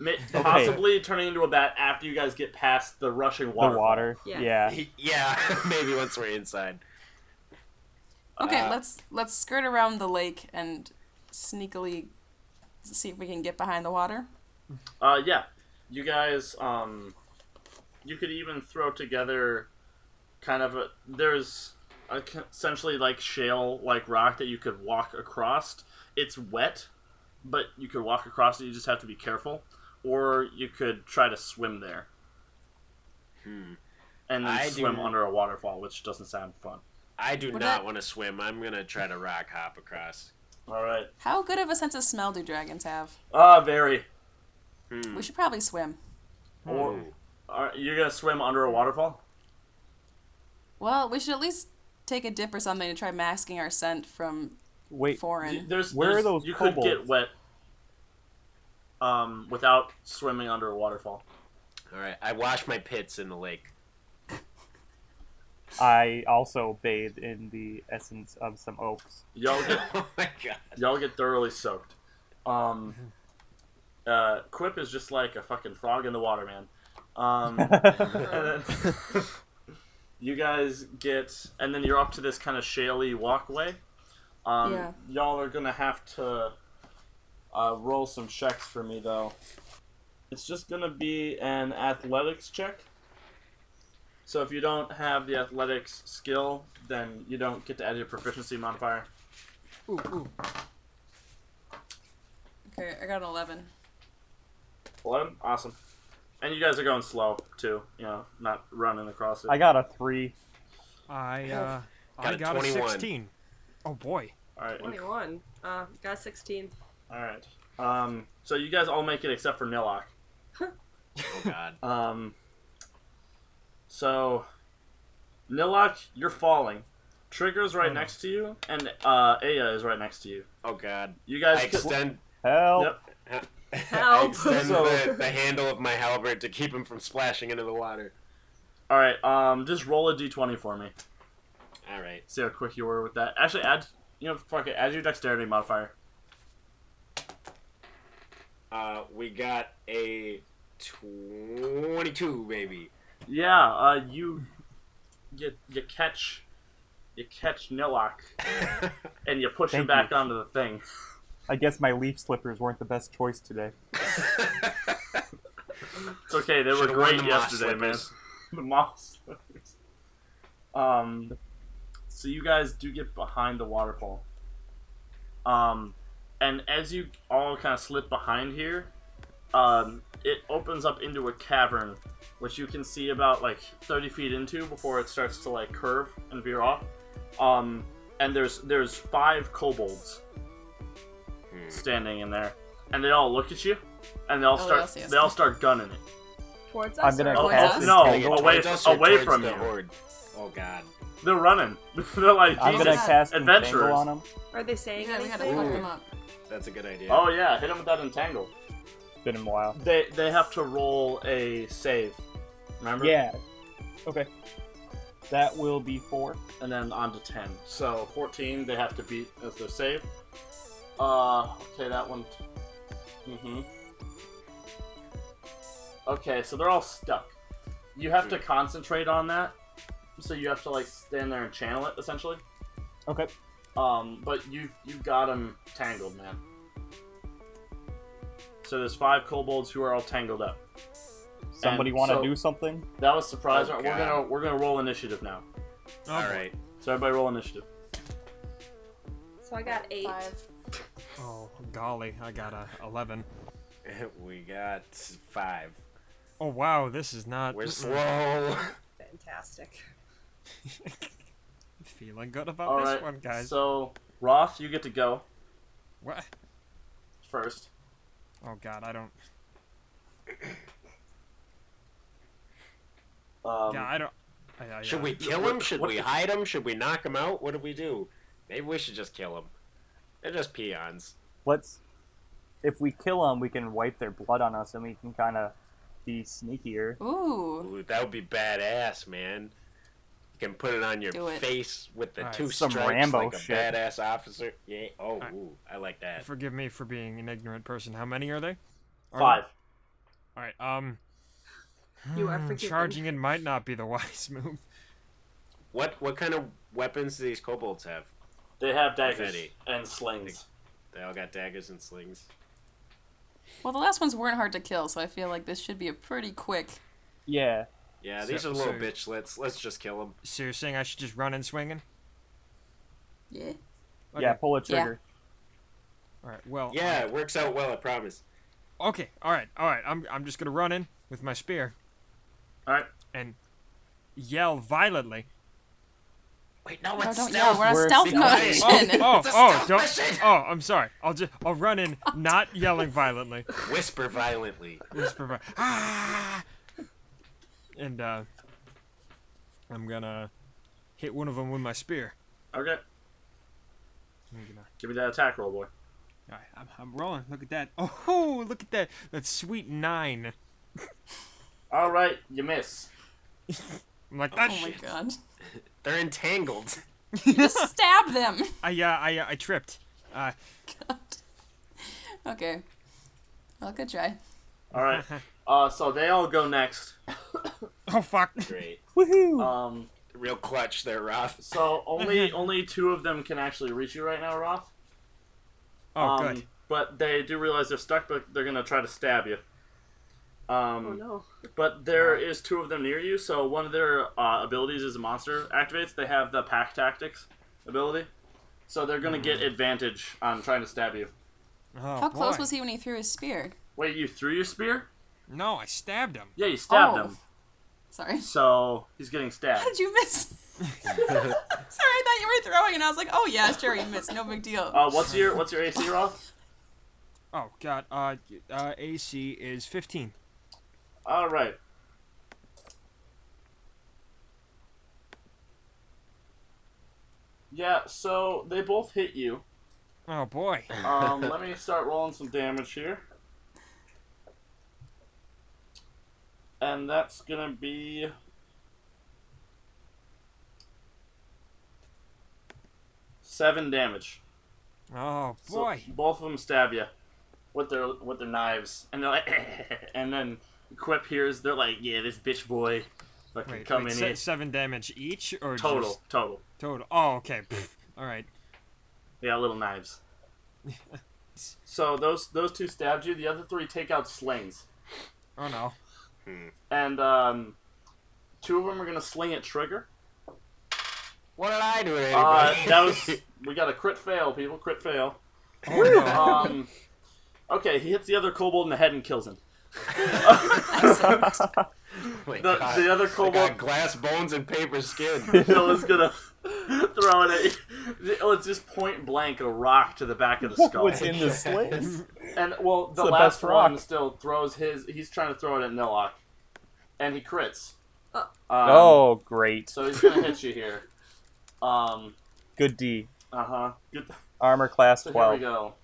Speaker 2: mi- possibly turning into a bat after you guys get past the rushing
Speaker 5: The
Speaker 2: water.
Speaker 5: water.
Speaker 7: Yeah.
Speaker 5: Yeah.
Speaker 4: yeah, maybe once we're inside.
Speaker 6: Okay,
Speaker 4: Uh,
Speaker 6: let's let's skirt around the lake and sneakily see if we can get behind the water.
Speaker 2: Uh, yeah, you guys. Um, you could even throw together, kind of a there's a, c- essentially like shale like rock that you could walk across. It's wet, but you could walk across it. You just have to be careful, or you could try to swim there. And then
Speaker 4: Hmm. I
Speaker 2: swim
Speaker 4: do-
Speaker 2: under a waterfall, which doesn't sound fun.
Speaker 4: I do
Speaker 6: Would
Speaker 4: not
Speaker 6: that-
Speaker 4: want to swim. I'm gonna try to rock hop across.
Speaker 2: All right.
Speaker 6: How good of a sense of smell do dragons have?
Speaker 2: Ah, very. Hmm.
Speaker 6: We should probably swim.
Speaker 5: Hmm.
Speaker 2: Or are you're gonna swim under a waterfall?
Speaker 6: Well, we should at least take a dip or something to try masking our scent from
Speaker 5: Wait.
Speaker 2: You-
Speaker 6: foreign.
Speaker 2: There's,
Speaker 5: Where are
Speaker 2: there's-
Speaker 5: those
Speaker 2: You could get
Speaker 5: kobolds?
Speaker 2: wet, um, without swimming under a waterfall.
Speaker 4: All right, I wash my pits in the lake.
Speaker 5: I also bathe in the essence of some oaks.
Speaker 2: Y'all get
Speaker 4: oh my god.
Speaker 2: y'all get thoroughly soaked. Um, uh, Quip is just like a fucking frog in the water, man. Um, and then you guys get, and then you're up to this kind of shaly walkway. Um,
Speaker 6: Yeah.
Speaker 2: Y'all are gonna have to uh, roll some checks for me though. It's just gonna be an athletics check. So if you don't have the athletics skill, then you don't get to add your proficiency modifier.
Speaker 9: Ooh, ooh.
Speaker 6: Okay, I got an eleven.
Speaker 2: Eleven, awesome. And you guys are going slow too. You know, not running across it.
Speaker 5: I got a three.
Speaker 9: I uh, I
Speaker 4: Got a
Speaker 9: got a
Speaker 4: 21.
Speaker 9: sixteen. Oh boy.
Speaker 2: all right, and-
Speaker 7: 21. Uh, got 16.
Speaker 2: all right. Um, so you guys all make it except for Nilok.
Speaker 4: Oh god.
Speaker 2: Um, so Nilok, you're falling. Trigger's
Speaker 4: Hmm.
Speaker 2: right next to you, and uh, Aya is right next to you.
Speaker 4: Oh god.
Speaker 2: You
Speaker 4: I
Speaker 2: guys,
Speaker 4: extend.
Speaker 5: Help.
Speaker 2: Yep.
Speaker 4: I
Speaker 7: Help.
Speaker 4: extend
Speaker 2: So-
Speaker 4: the, the handle of my halberd to keep him from splashing into the water.
Speaker 2: all right. Um, just roll a d20 for me.
Speaker 4: All right.
Speaker 2: See how quick you were with that. Actually, add you know, fuck it, add your dexterity modifier.
Speaker 4: uh, we got a 22, baby.
Speaker 2: Yeah, uh, you, you, you catch, you catch Nilok, and you push him back
Speaker 5: Thank you.
Speaker 2: onto the thing.
Speaker 5: I guess my leaf slippers weren't the best choice today.
Speaker 2: It's okay, they
Speaker 4: Should've
Speaker 2: were
Speaker 4: worn
Speaker 2: great
Speaker 4: the moss
Speaker 2: yesterday, man.
Speaker 4: slippers.
Speaker 2: The moss slippers. Um, so you guys do get behind the waterfall. Um, and as you all kind of slip behind here, um, it opens up into a cavern, which you can see about like 30 feet into before it starts to like curve and veer off. Um, and there's there's five kobolds standing in there, and they all look at you, and they all
Speaker 10: Oh, they all
Speaker 2: start
Speaker 10: see us.
Speaker 2: they all start gunning it.
Speaker 7: Towards
Speaker 5: I'm
Speaker 7: us.
Speaker 5: gonna
Speaker 2: Oh,
Speaker 7: or-
Speaker 5: cast
Speaker 2: oh,
Speaker 5: this
Speaker 2: no,
Speaker 4: Gonna get
Speaker 5: kobold-
Speaker 2: away-
Speaker 4: towards us or
Speaker 2: away
Speaker 4: towards
Speaker 2: from
Speaker 4: the
Speaker 2: you.
Speaker 4: horde? Oh, God.
Speaker 2: They're running. They're like,
Speaker 5: I'm gonna
Speaker 2: Jesus,
Speaker 5: cast entangle
Speaker 2: adventurers.
Speaker 5: on them.
Speaker 7: Are they saying
Speaker 6: Yeah, we had to
Speaker 7: anything?
Speaker 6: fuck
Speaker 4: Ooh.
Speaker 6: them up.
Speaker 4: That's a good idea.
Speaker 2: Oh yeah, hit him with that entangle.
Speaker 5: Been a while.
Speaker 2: They they have to roll a save. Remember?
Speaker 5: Yeah. Okay. That will be four.
Speaker 2: And then on to ten. So fourteen they have to beat as their save. Uh okay, that one Mm-hmm. Okay, so they're all stuck. You have to concentrate on that. So you have to like stand there and channel it essentially.
Speaker 5: Okay.
Speaker 2: Um, but you've you've got them tangled, man. So there's five kobolds who are all tangled up.
Speaker 5: Somebody
Speaker 2: And
Speaker 5: want to
Speaker 2: so-
Speaker 5: do something?
Speaker 2: That was surprising.
Speaker 4: Oh,
Speaker 2: we're
Speaker 4: God.
Speaker 2: gonna we're gonna roll initiative now.
Speaker 9: Oh,
Speaker 4: All
Speaker 9: boy.
Speaker 4: right.
Speaker 2: So everybody roll initiative.
Speaker 7: So I got eight.
Speaker 6: Five.
Speaker 9: Oh, golly, I got a 11.
Speaker 4: We got five.
Speaker 9: Oh, wow, this is not
Speaker 4: We're slow.
Speaker 7: Fantastic.
Speaker 9: feeling good about
Speaker 2: All right,
Speaker 9: this one, guys.
Speaker 2: So Roth, you get to go
Speaker 9: What?
Speaker 2: first.
Speaker 9: Oh, God, I don't.
Speaker 2: Um,
Speaker 9: yeah, I don't. I, I,
Speaker 4: Should
Speaker 9: uh,
Speaker 4: we kill him? Should
Speaker 2: what
Speaker 4: we
Speaker 2: the-
Speaker 4: hide him? Should we knock him out? What do we do? Maybe we should just kill him. They're just peons.
Speaker 5: Let's. If we kill them, we can wipe their blood on us, and we can kind of be sneakier.
Speaker 6: Ooh.
Speaker 4: Ooh, that would be badass, man. You can put it on your
Speaker 6: Do it.
Speaker 4: face with the
Speaker 9: Alright,
Speaker 4: two
Speaker 5: some
Speaker 4: stripes
Speaker 5: Rambo
Speaker 4: like a
Speaker 5: shit.
Speaker 4: badass officer. Yeah. Oh,
Speaker 9: Alright.
Speaker 4: ooh, I like that.
Speaker 9: Forgive me for being an ignorant person. How many are they? Are
Speaker 2: Five.
Speaker 9: we- All right. Um.
Speaker 7: You are
Speaker 9: hmm,
Speaker 7: forgiven.
Speaker 9: Charging in might not be the wise move.
Speaker 4: What what kind of weapons do these kobolds have?
Speaker 2: They have daggers
Speaker 4: Fetty.
Speaker 2: and slings.
Speaker 4: They all got daggers and slings.
Speaker 6: Well, the last ones weren't hard to kill, so I feel like this should be a pretty quick.
Speaker 5: Yeah.
Speaker 4: Yeah, these
Speaker 9: So-
Speaker 4: are little
Speaker 9: so-
Speaker 4: bitchlets. Let's just kill them.
Speaker 9: So you're saying I should just run and swinging?
Speaker 6: Yeah.
Speaker 9: Okay.
Speaker 5: Yeah. Pull a trigger.
Speaker 9: All right. Well.
Speaker 4: Yeah, it works out well, I promise.
Speaker 9: Okay. All right. All right. I'm I'm just gonna run in with my spear,
Speaker 2: All right.
Speaker 9: and yell violently.
Speaker 4: Wait, no,
Speaker 6: No,
Speaker 4: it's
Speaker 6: don't yell.
Speaker 4: stealth.
Speaker 6: We're on
Speaker 5: We're
Speaker 6: stealth
Speaker 4: stealth.
Speaker 9: Oh,
Speaker 6: motion.
Speaker 9: oh,
Speaker 4: It's a
Speaker 9: oh,
Speaker 4: stealth
Speaker 9: don't.
Speaker 4: mission.
Speaker 9: Oh, I'm sorry. I'll just I'll run in, not yelling violently.
Speaker 4: Whisper violently.
Speaker 9: Just for vi- Ah! And uh, I'm gonna hit one of them with my spear.
Speaker 2: Okay.
Speaker 9: I'm gonna-
Speaker 2: Give me that attack roll, boy.
Speaker 9: Alright, I'm, I'm rolling. Look at that. Oh, look at that. That's sweet nine.
Speaker 2: All right, you miss.
Speaker 9: I'm like, "Ah, that
Speaker 6: Oh my
Speaker 9: shit.
Speaker 6: god.
Speaker 4: They're entangled.
Speaker 6: You just stab them.
Speaker 9: I, uh, I, uh, I tripped. Uh,
Speaker 6: Okay. Well, good try.
Speaker 2: All right. Uh, so they all go next.
Speaker 9: oh, fuck.
Speaker 4: Great.
Speaker 5: Woohoo!
Speaker 6: Uh,
Speaker 2: Um,
Speaker 4: Real clutch there, Roth.
Speaker 2: so
Speaker 9: Mm-hmm.
Speaker 2: only only two of them can actually reach you right now, Roth.
Speaker 9: Oh,
Speaker 2: um,
Speaker 9: good.
Speaker 2: But they do realize they're stuck, but they're gonna try to stab you. Um,
Speaker 7: Oh no.
Speaker 2: But there is two of them near you, so one of their uh, abilities is a monster activates. They have the pack tactics ability, so they're gonna get
Speaker 9: Mm-hmm.
Speaker 2: advantage on trying to stab you.
Speaker 9: Oh,
Speaker 6: How close
Speaker 9: boy.
Speaker 6: was he when he threw his spear?
Speaker 2: Wait, you threw your spear?
Speaker 9: No, I stabbed him.
Speaker 2: Yeah, you stabbed
Speaker 6: Oh.
Speaker 2: him.
Speaker 6: Sorry.
Speaker 2: So he's getting
Speaker 6: How
Speaker 2: stabbed.
Speaker 6: did you miss? Sorry, I thought you were throwing, and I was like, oh yeah, sure, you missed. No big deal.
Speaker 2: Uh, what's your what's your AC, Roth?
Speaker 9: Oh, God. Uh, uh, AC is 15.
Speaker 2: All right. Yeah, so they both hit you.
Speaker 9: Oh, boy.
Speaker 2: Um, let me start rolling some damage here. And that's gonna be. Seven damage.
Speaker 9: Oh,
Speaker 2: So
Speaker 9: boy. Oh,
Speaker 2: both of them stab you. with their with their knives, and they're like, and then Quip hears they're like, yeah, this bitch boy, fucking
Speaker 9: Wait,
Speaker 2: come
Speaker 9: wait,
Speaker 2: in
Speaker 9: se-
Speaker 2: here.
Speaker 9: seven damage each or
Speaker 2: Total,
Speaker 9: just-
Speaker 2: total.
Speaker 9: total. Oh, okay. pff, All right.
Speaker 2: Yeah, little knives. so those those two stabbed you. The other three take out slings,
Speaker 9: Oh no.
Speaker 2: and um, two of them are gonna sling at Trigger.
Speaker 4: What did I do to
Speaker 2: Uh,
Speaker 4: anybody? Oh
Speaker 2: that was we got a crit fail, people. Crit fail. um, okay, he hits the other kobold in the head and kills him.
Speaker 4: Wait,
Speaker 2: the,
Speaker 4: God.
Speaker 2: the other
Speaker 4: I got
Speaker 2: kobold
Speaker 4: glass bones and paper skin.
Speaker 2: Phil is gonna throw it at you. Let's just point blank a rock to the back of the skull. Um,
Speaker 5: What's in the sling?
Speaker 2: And well, the,
Speaker 5: the
Speaker 2: last
Speaker 5: best rock.
Speaker 2: one still throws his. He's trying to throw it at Nilok, and he crits.
Speaker 7: Uh.
Speaker 2: Um,
Speaker 5: oh, great.
Speaker 2: So he's gonna hit you here. Um.
Speaker 5: Good D.
Speaker 2: Uh huh. Good.
Speaker 5: Armor class
Speaker 2: So here we
Speaker 5: 12.
Speaker 2: go.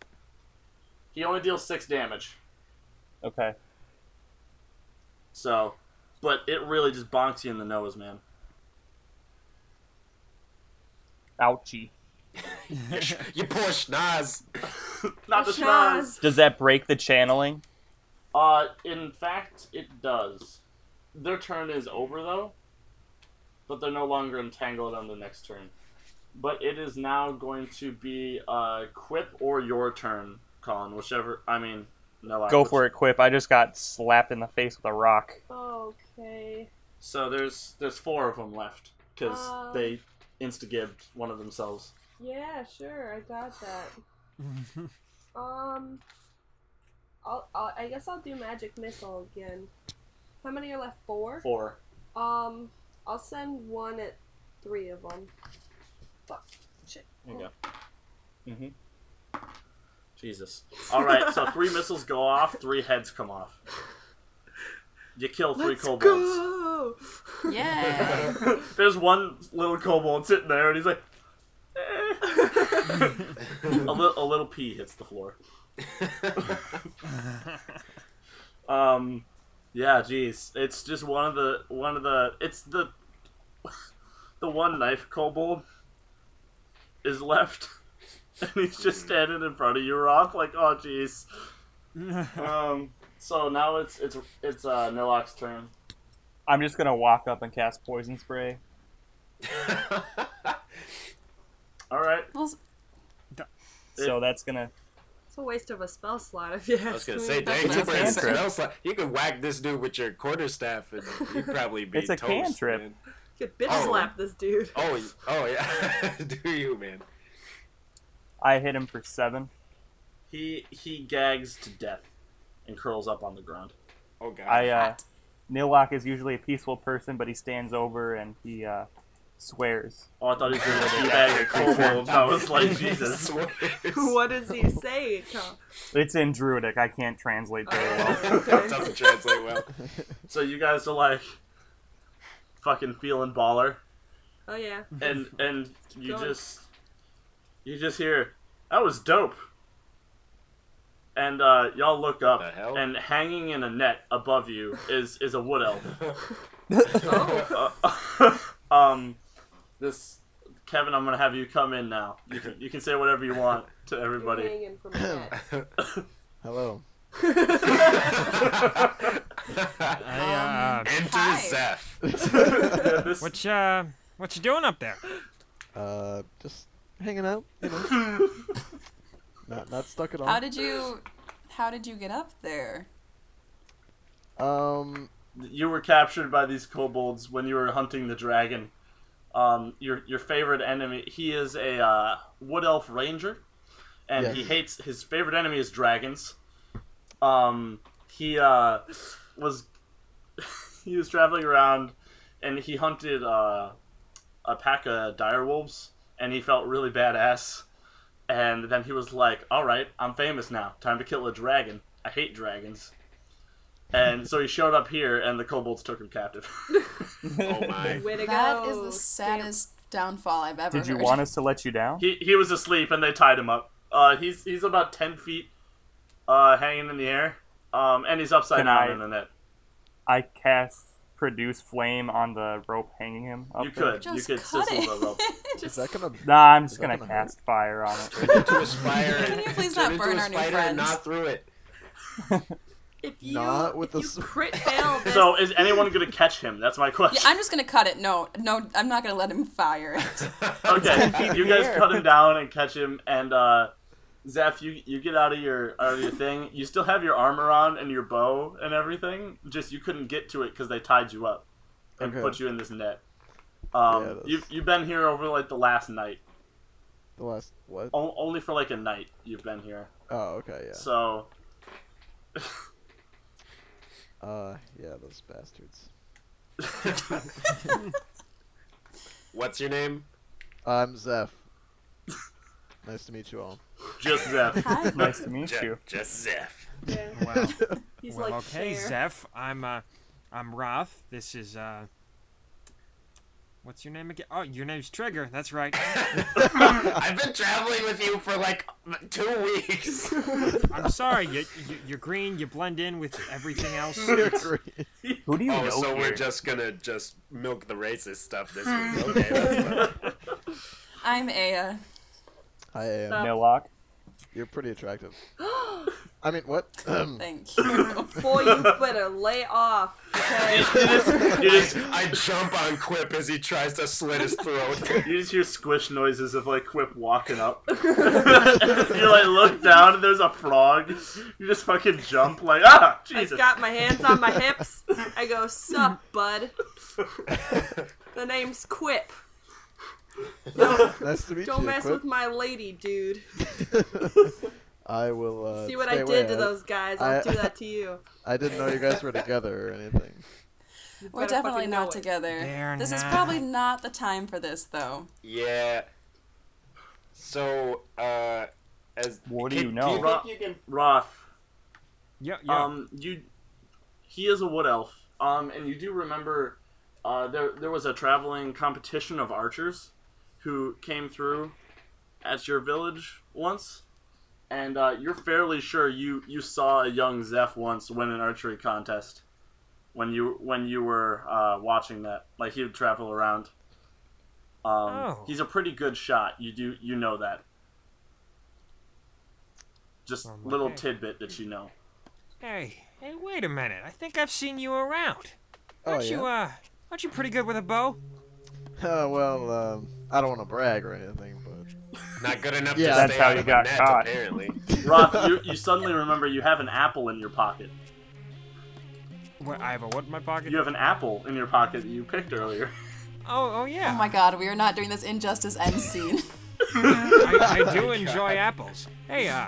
Speaker 2: He only deals six damage.
Speaker 5: Okay.
Speaker 2: So, but it really just bonks you in the nose, man.
Speaker 5: Ouchie.
Speaker 4: you poor schnoz.
Speaker 2: Not the schnoz.
Speaker 5: Does that break the channeling?
Speaker 2: Uh, in fact, it does. Their turn is over though, but they're no longer entangled on the next turn. But it is now going to be uh, Quip or your turn, Colin. Whichever. I mean, no.
Speaker 5: Go for it, Quip. I just got slapped in the face with a rock.
Speaker 7: Okay.
Speaker 2: So there's there's four of them left because
Speaker 7: Uh.
Speaker 2: they instigibbed one of themselves.
Speaker 7: Yeah, sure. I got that. Um, I'll, I'll, I guess I'll do magic missile again. How many are left? Four.
Speaker 2: Four.
Speaker 7: Um, I'll send one at three of them. Fuck. Shit.
Speaker 2: There you go. Mm-hmm. Jesus. All right. So three missiles go off. Three heads come off. You kill 3 kobolds.
Speaker 7: go.
Speaker 6: Yeah.
Speaker 2: There's one little kobold sitting there, and he's like, eh. a, little, a little pea hits the floor. um, yeah, geez, it's just one of the one of the it's the the one knife kobold is left, and he's just standing in front of you, Roth, like, oh, jeez. um, so now it's it's it's uh, Nilok's turn.
Speaker 5: I'm just gonna walk up and cast poison spray.
Speaker 2: All right,
Speaker 6: Well, s-
Speaker 5: So that's gonna.
Speaker 7: It's a waste of a spell slot if you ask
Speaker 4: I was gonna
Speaker 7: me.
Speaker 4: say,
Speaker 6: That's
Speaker 4: dang, you
Speaker 6: what
Speaker 4: bring
Speaker 6: I
Speaker 4: a
Speaker 6: was gonna
Speaker 4: spell slot. You could whack this dude with your quarterstaff, and you'd probably be
Speaker 5: It's a
Speaker 4: toast,
Speaker 5: cantrip.
Speaker 4: man.
Speaker 7: You could bitch
Speaker 4: Oh.
Speaker 7: slap this dude.
Speaker 4: Oh, y- oh yeah. Do you, man?
Speaker 5: I hit him for seven.
Speaker 2: He he gags to death and curls up on the ground.
Speaker 4: Oh god.
Speaker 5: I uh, Nilok is usually a peaceful person, but he stands over and he uh, swears.
Speaker 2: Oh, I thought he was going to teabag a kobold. I was like, Jesus.
Speaker 4: Swears.
Speaker 7: what does he Oh, say? Tom?
Speaker 5: It's in Druidic. I can't translate very well.
Speaker 4: Doesn't translate well.
Speaker 2: So you guys are like fucking feeling baller,
Speaker 7: Oh yeah.
Speaker 2: and and you
Speaker 7: going.
Speaker 2: just you just hear that was dope, and uh, y'all look up,
Speaker 4: The hell?
Speaker 2: and hanging in a net above you is is a wood elf.
Speaker 7: Oh.
Speaker 2: Uh, um, this Kevin, I'm gonna have you come in now. You can, you can say whatever you want to
Speaker 7: You're
Speaker 2: everybody.
Speaker 7: hanging from that.
Speaker 11: Hello.
Speaker 9: I,
Speaker 6: Um,
Speaker 9: uh,
Speaker 4: Enter
Speaker 6: Hi.
Speaker 4: Zeph.
Speaker 2: Yeah, this-
Speaker 9: what you uh, what you doing up there?
Speaker 11: Uh, just hanging out. You know, not not stuck at all.
Speaker 6: how did you how did you get up there?
Speaker 11: Um,
Speaker 2: you were captured by these kobolds when you were hunting the dragon. Um, your your favorite enemy. He is a uh, wood elf ranger, and he
Speaker 11: Yes.
Speaker 2: hates his favorite enemy is dragons. Um, he uh, was he was traveling around, and he hunted uh, a pack of dire wolves, and he felt really badass. And then he was like, "All right, I'm famous now. Time to kill a dragon. I hate dragons." And so he showed up here, and the kobolds took him captive.
Speaker 4: Oh my.
Speaker 7: Way to
Speaker 6: That
Speaker 7: go.
Speaker 6: is the saddest downfall I've ever
Speaker 5: Did you
Speaker 6: heard.
Speaker 5: want us to let you down?
Speaker 2: he he was asleep, and they tied him up. Uh, he's he's about ten feet, uh, hanging in the air. Um, and he's upside
Speaker 5: Can
Speaker 2: down
Speaker 5: I-
Speaker 2: in the net.
Speaker 5: I cast produce flame on the rope hanging him. Up
Speaker 2: You
Speaker 5: there.
Speaker 2: could
Speaker 6: Just
Speaker 2: you could
Speaker 6: cut
Speaker 2: sizzle
Speaker 6: it.
Speaker 2: the rope.
Speaker 11: is that gonna?
Speaker 5: Nah, I'm just
Speaker 11: Is that
Speaker 5: gonna
Speaker 11: gonna
Speaker 5: cast fire on it.
Speaker 4: Turn into a spider.
Speaker 6: Can you please
Speaker 4: turn
Speaker 6: not
Speaker 4: into
Speaker 6: burn
Speaker 4: a
Speaker 6: our new
Speaker 4: spider and
Speaker 6: friends?
Speaker 4: not through it.
Speaker 7: If you
Speaker 11: Not with
Speaker 7: if
Speaker 11: the
Speaker 7: you crit fail this,
Speaker 2: So is anyone gonna catch him? That's my
Speaker 3: Yeah,
Speaker 2: question.
Speaker 3: I'm just gonna cut it. No, no, I'm not gonna let him fire it.
Speaker 2: okay, you guys cut him down and catch him, and uh, Zeph, you you get out of your out of your thing. You still have your armor on and your bow and everything. Just you couldn't get to it because they tied you up and
Speaker 11: Okay.
Speaker 2: put you in this net. Um,
Speaker 11: Yeah, that's-
Speaker 2: you've you've been here over like the last night.
Speaker 11: The last what?
Speaker 2: O- only for like a night you've been here.
Speaker 11: Oh, okay, yeah.
Speaker 2: So
Speaker 11: Uh, yeah, those bastards.
Speaker 4: What's your name?
Speaker 11: I'm Zeph. Nice to meet you all.
Speaker 2: Just Zeph.
Speaker 5: Hi. Nice to meet you.
Speaker 4: Just Zeph.
Speaker 9: Well,
Speaker 7: He's
Speaker 9: well,
Speaker 7: like
Speaker 9: okay,
Speaker 7: Cher.
Speaker 9: Zeph. I'm uh, I'm Roth. This is uh, what's your name again? Oh, your name's Trigger. That's right.
Speaker 4: I've been traveling with you for like two weeks.
Speaker 9: I'm sorry. You, you, you're green. You blend in with everything else.
Speaker 5: Who do you
Speaker 4: oh,
Speaker 5: know
Speaker 4: so
Speaker 5: here?
Speaker 4: we're just gonna just milk the racist stuff this week. Okay, that's fine.
Speaker 3: I'm Aya.
Speaker 11: Hi, am.
Speaker 5: Millock.
Speaker 11: You're pretty attractive. I mean, what?
Speaker 3: Thank you.
Speaker 7: boy, you better lay off.
Speaker 2: you just, you just
Speaker 4: I jump on Quip as he tries to slit his throat.
Speaker 2: You just hear squish noises of like Quip walking up. you like look down and there's a frog. You just fucking jump like ah
Speaker 7: I've
Speaker 2: Jesus.
Speaker 7: got my hands on my hips. I go, sup, bud. The name's Quip.
Speaker 11: nice to meet
Speaker 7: Don't
Speaker 11: you.
Speaker 7: mess
Speaker 11: Quip.
Speaker 7: with my lady, dude.
Speaker 11: I will. Uh,
Speaker 7: See what
Speaker 11: stay
Speaker 7: I
Speaker 11: away.
Speaker 7: did to those guys. I'll
Speaker 11: I-
Speaker 7: do that to you.
Speaker 11: I didn't know you guys were together or anything.
Speaker 7: You
Speaker 3: We're
Speaker 7: better
Speaker 3: definitely
Speaker 7: fucking know
Speaker 3: not
Speaker 7: it.
Speaker 3: together.
Speaker 9: They're
Speaker 3: this is
Speaker 9: not.
Speaker 3: probably not the time for this, though.
Speaker 4: yeah. So, uh, as
Speaker 5: What do
Speaker 4: can-
Speaker 5: you
Speaker 4: can
Speaker 5: know?
Speaker 2: Roth,
Speaker 4: think you can-
Speaker 2: Roth
Speaker 9: Yeah, yeah.
Speaker 2: um you he is a wood elf. Um and you do remember uh there there was a traveling competition of archers who came through at your village once. And uh, you're fairly sure you, you saw a young Zeph once win an archery contest when you when you were uh, watching that. Like he would travel around. Um,
Speaker 9: Oh.
Speaker 2: He's a pretty good shot. You do you know that. Just
Speaker 9: Um,
Speaker 2: little
Speaker 9: okay.
Speaker 2: tidbit that you know.
Speaker 9: hey, hey, wait a minute. I think I've seen you around.
Speaker 11: Oh,
Speaker 9: Aren't you
Speaker 11: yeah?
Speaker 9: uh, aren't you pretty good with a bow?
Speaker 11: Oh, well, um, I don't want to brag or anything, but
Speaker 4: Not good enough
Speaker 11: Yeah,
Speaker 4: to
Speaker 11: that's
Speaker 4: stay
Speaker 5: how
Speaker 4: out
Speaker 5: you
Speaker 4: of a
Speaker 5: got
Speaker 4: net,
Speaker 5: caught.
Speaker 4: apparently.
Speaker 2: Roth, you, you suddenly remember you have an apple in your pocket.
Speaker 9: What, I have a what in my pocket?
Speaker 2: You have an apple in your pocket that you picked earlier.
Speaker 9: Oh, oh yeah.
Speaker 3: Oh my god, we are not doing this injustice end scene.
Speaker 9: I, I do enjoy apples. Hey, uh,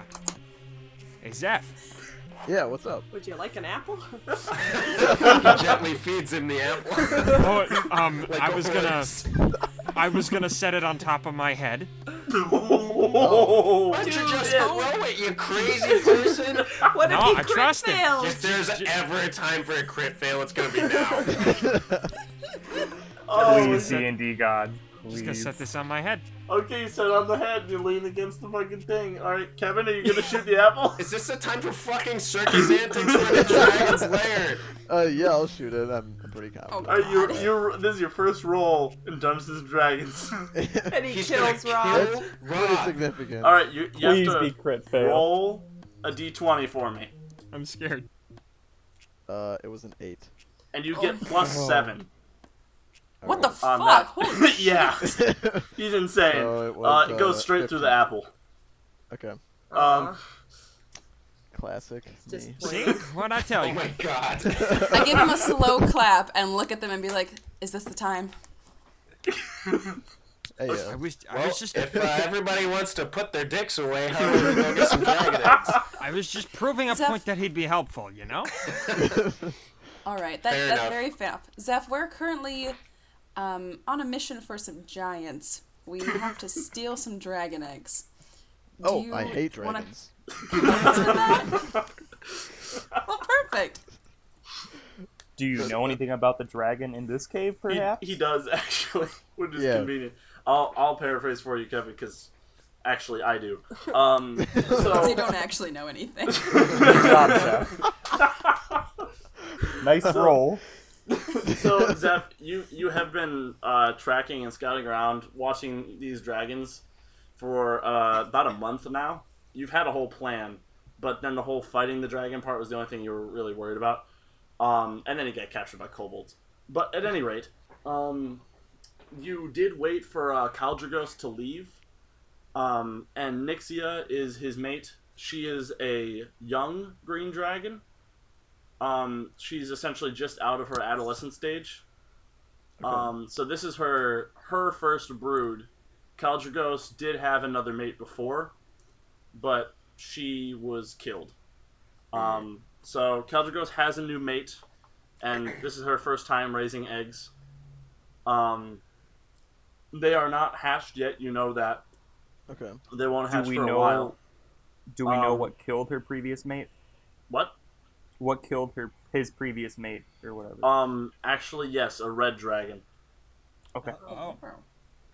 Speaker 9: hey Zeph.
Speaker 11: yeah, what's up?
Speaker 7: Would you like an apple?
Speaker 4: He gently feeds him the apple.
Speaker 9: Oh, um,
Speaker 4: Like
Speaker 9: I
Speaker 4: a
Speaker 9: was gonna,
Speaker 4: horse.
Speaker 9: I was gonna set it on top of my head.
Speaker 11: Oh.
Speaker 4: Why don't you just throw it, you crazy person?
Speaker 7: What
Speaker 9: No,
Speaker 7: if he
Speaker 9: I
Speaker 7: crit
Speaker 9: trust him.
Speaker 7: fails?
Speaker 4: If there's ever a time for a crit fail, it's gonna be now.
Speaker 2: Oh,
Speaker 5: Please, D and D God.
Speaker 9: Just gonna
Speaker 5: Please.
Speaker 9: set this on my head.
Speaker 2: Okay, you set on the head and you lean against the fucking thing. Alright, Kevin, are you gonna shoot the apple?
Speaker 4: Is this the time for fucking circus antics for the dragon's lair?
Speaker 11: Uh, yeah, I'll shoot it. I'm, I'm pretty confident.
Speaker 2: Are you you this is your first roll in Dungeons and Dragons.
Speaker 7: and he
Speaker 4: He's
Speaker 7: kills
Speaker 4: gonna
Speaker 7: Rob.
Speaker 4: kill
Speaker 11: Pretty
Speaker 4: Rob.
Speaker 11: significant.
Speaker 2: Alright, you, you
Speaker 5: Please
Speaker 2: have
Speaker 5: be
Speaker 2: to
Speaker 5: crit fail.
Speaker 2: roll a D twenty for me.
Speaker 9: I'm scared.
Speaker 11: Uh, it was an eight. Oh.
Speaker 2: And you get plus seven
Speaker 3: what the
Speaker 2: on
Speaker 3: fuck? Holy
Speaker 2: that. yeah. He's insane.
Speaker 11: So it was,
Speaker 2: uh, it goes
Speaker 11: uh,
Speaker 2: straight through
Speaker 11: 15.
Speaker 2: the apple.
Speaker 11: Okay,
Speaker 2: Um,
Speaker 11: classic.
Speaker 7: Just
Speaker 11: Me.
Speaker 9: See what I tell
Speaker 4: Oh
Speaker 9: you?
Speaker 4: my god.
Speaker 3: I give him a slow clap and look at them and be like, "Is this the time?"
Speaker 11: Hey,
Speaker 9: I
Speaker 11: yeah.
Speaker 9: was, I
Speaker 4: Well,
Speaker 9: was just,
Speaker 4: if uh, everybody wants to put their dicks away, how are we gonna get some dragon eggs?
Speaker 9: I was just proving a
Speaker 3: Zeph-
Speaker 9: point that he'd be helpful. You know?
Speaker 3: All right, that,
Speaker 4: Fair
Speaker 3: that's
Speaker 4: enough.
Speaker 3: very fair. Zeph, we're currently um, on a mission for some giants. We have to steal some dragon eggs. Do
Speaker 11: Oh, I
Speaker 3: you
Speaker 11: hate
Speaker 3: wanna-
Speaker 11: dragons.
Speaker 3: Well, perfect.
Speaker 5: Do you know anything about the dragon in this cave,
Speaker 2: he,
Speaker 5: perhaps?
Speaker 2: he does actually, which is
Speaker 11: Yeah.
Speaker 2: convenient. I'll I'll paraphrase for you, Kevin, because actually I do. Um,
Speaker 3: So you
Speaker 2: so
Speaker 3: don't actually know anything.
Speaker 5: Good job, Zeph. nice roll.
Speaker 2: so Zeph, you you have been uh, tracking and scouting around, watching these dragons for uh, about a month now. You've had a whole plan, But then the whole fighting the dragon part was the only thing you were really worried about. Um, and then he got captured by kobolds. But at any rate, um, you did wait for uh, Caldrigos to leave, um, and Nixia is his mate. She is a young green dragon. Um, she's essentially just out of her adolescent stage. Um, so this is her her first brood. Caldrigos did have another mate before, but she was killed. Um, so Caldrigos has a new mate, and this is her first time raising eggs. Um, they are not hatched yet. You know that.
Speaker 11: Okay.
Speaker 2: They won't
Speaker 5: Do
Speaker 2: hatch
Speaker 5: we
Speaker 2: for
Speaker 5: know?
Speaker 2: a while.
Speaker 5: Do we know
Speaker 2: Um,
Speaker 5: what killed her previous mate?
Speaker 2: What?
Speaker 5: What killed her? His previous mate or whatever.
Speaker 2: Um, actually, yes, a red dragon.
Speaker 5: Okay.